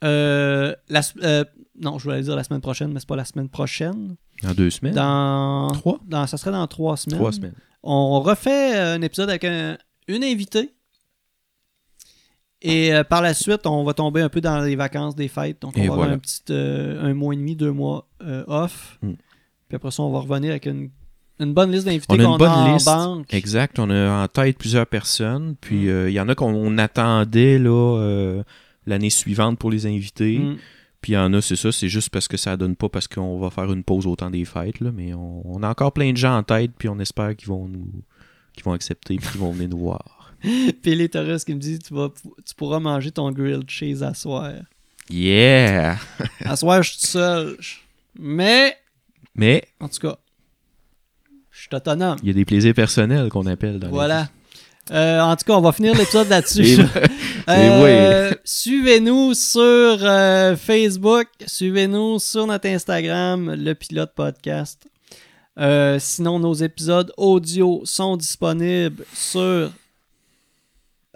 Speaker 1: Euh, la, s- euh, non, je voulais dire la semaine prochaine, mais c'est pas la semaine prochaine.
Speaker 2: Dans deux semaines?
Speaker 1: Dans,
Speaker 2: Trois?
Speaker 1: dans- ça serait dans trois semaines.
Speaker 2: Trois semaines.
Speaker 1: On refait euh, un épisode avec un- une invitée. Et euh, par la suite, on va tomber un peu dans les vacances des fêtes. Donc, on
Speaker 2: Et
Speaker 1: va avoir
Speaker 2: voilà.
Speaker 1: un petit euh, un mois et demi, deux mois euh, off.
Speaker 2: Mm.
Speaker 1: Puis après ça, on va revenir avec une, une bonne liste d'invités
Speaker 2: On a une
Speaker 1: qu'on a,
Speaker 2: bonne
Speaker 1: en
Speaker 2: liste.
Speaker 1: banque. Mm.
Speaker 2: Exact. On a en tête plusieurs personnes. Puis euh, il y en a qu'on on attendait là, euh, l'année suivante pour les invités.
Speaker 1: Mm.
Speaker 2: Puis il y en a, c'est ça, c'est juste parce que ça donne pas parce qu'on va faire une pause au temps des fêtes. Là, mais on, on a encore plein de gens en tête, puis on espère qu'ils vont nous qu'ils vont accepter puis qu'ils vont venir nous voir.
Speaker 1: Puis les Torres qui me dit tu, vas, tu pourras manger ton grilled cheese à soir.
Speaker 2: Yeah!
Speaker 1: à soir, je suis tout seul. Je- Mais,
Speaker 2: Mais
Speaker 1: en tout cas, je suis autonome.
Speaker 2: il y a des plaisirs personnels qu'on appelle dans la
Speaker 1: Voilà. Euh, en tout cas, on va finir l'épisode là-dessus.
Speaker 2: vie. Et- Eh
Speaker 1: Euh, Suivez-nous sur euh, Facebook, suivez-nous sur notre Instagram, le pilote podcast. Euh, sinon, nos épisodes audio sont disponibles sur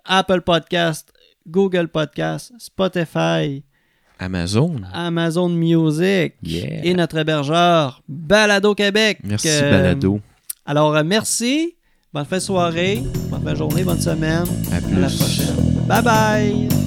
Speaker 1: Apple Podcast, Google Podcast, Spotify,
Speaker 2: Amazon.
Speaker 1: Ah, Amazon Music
Speaker 2: Yeah.
Speaker 1: et notre hébergeur Balado Québec.
Speaker 2: Merci,
Speaker 1: Euh,
Speaker 2: Balado.
Speaker 1: Alors, euh, merci. Bonne fin de soirée, bonne fin de journée, bonne semaine.
Speaker 2: À
Speaker 1: À la
Speaker 2: plus.
Speaker 1: prochaine. Bye bye.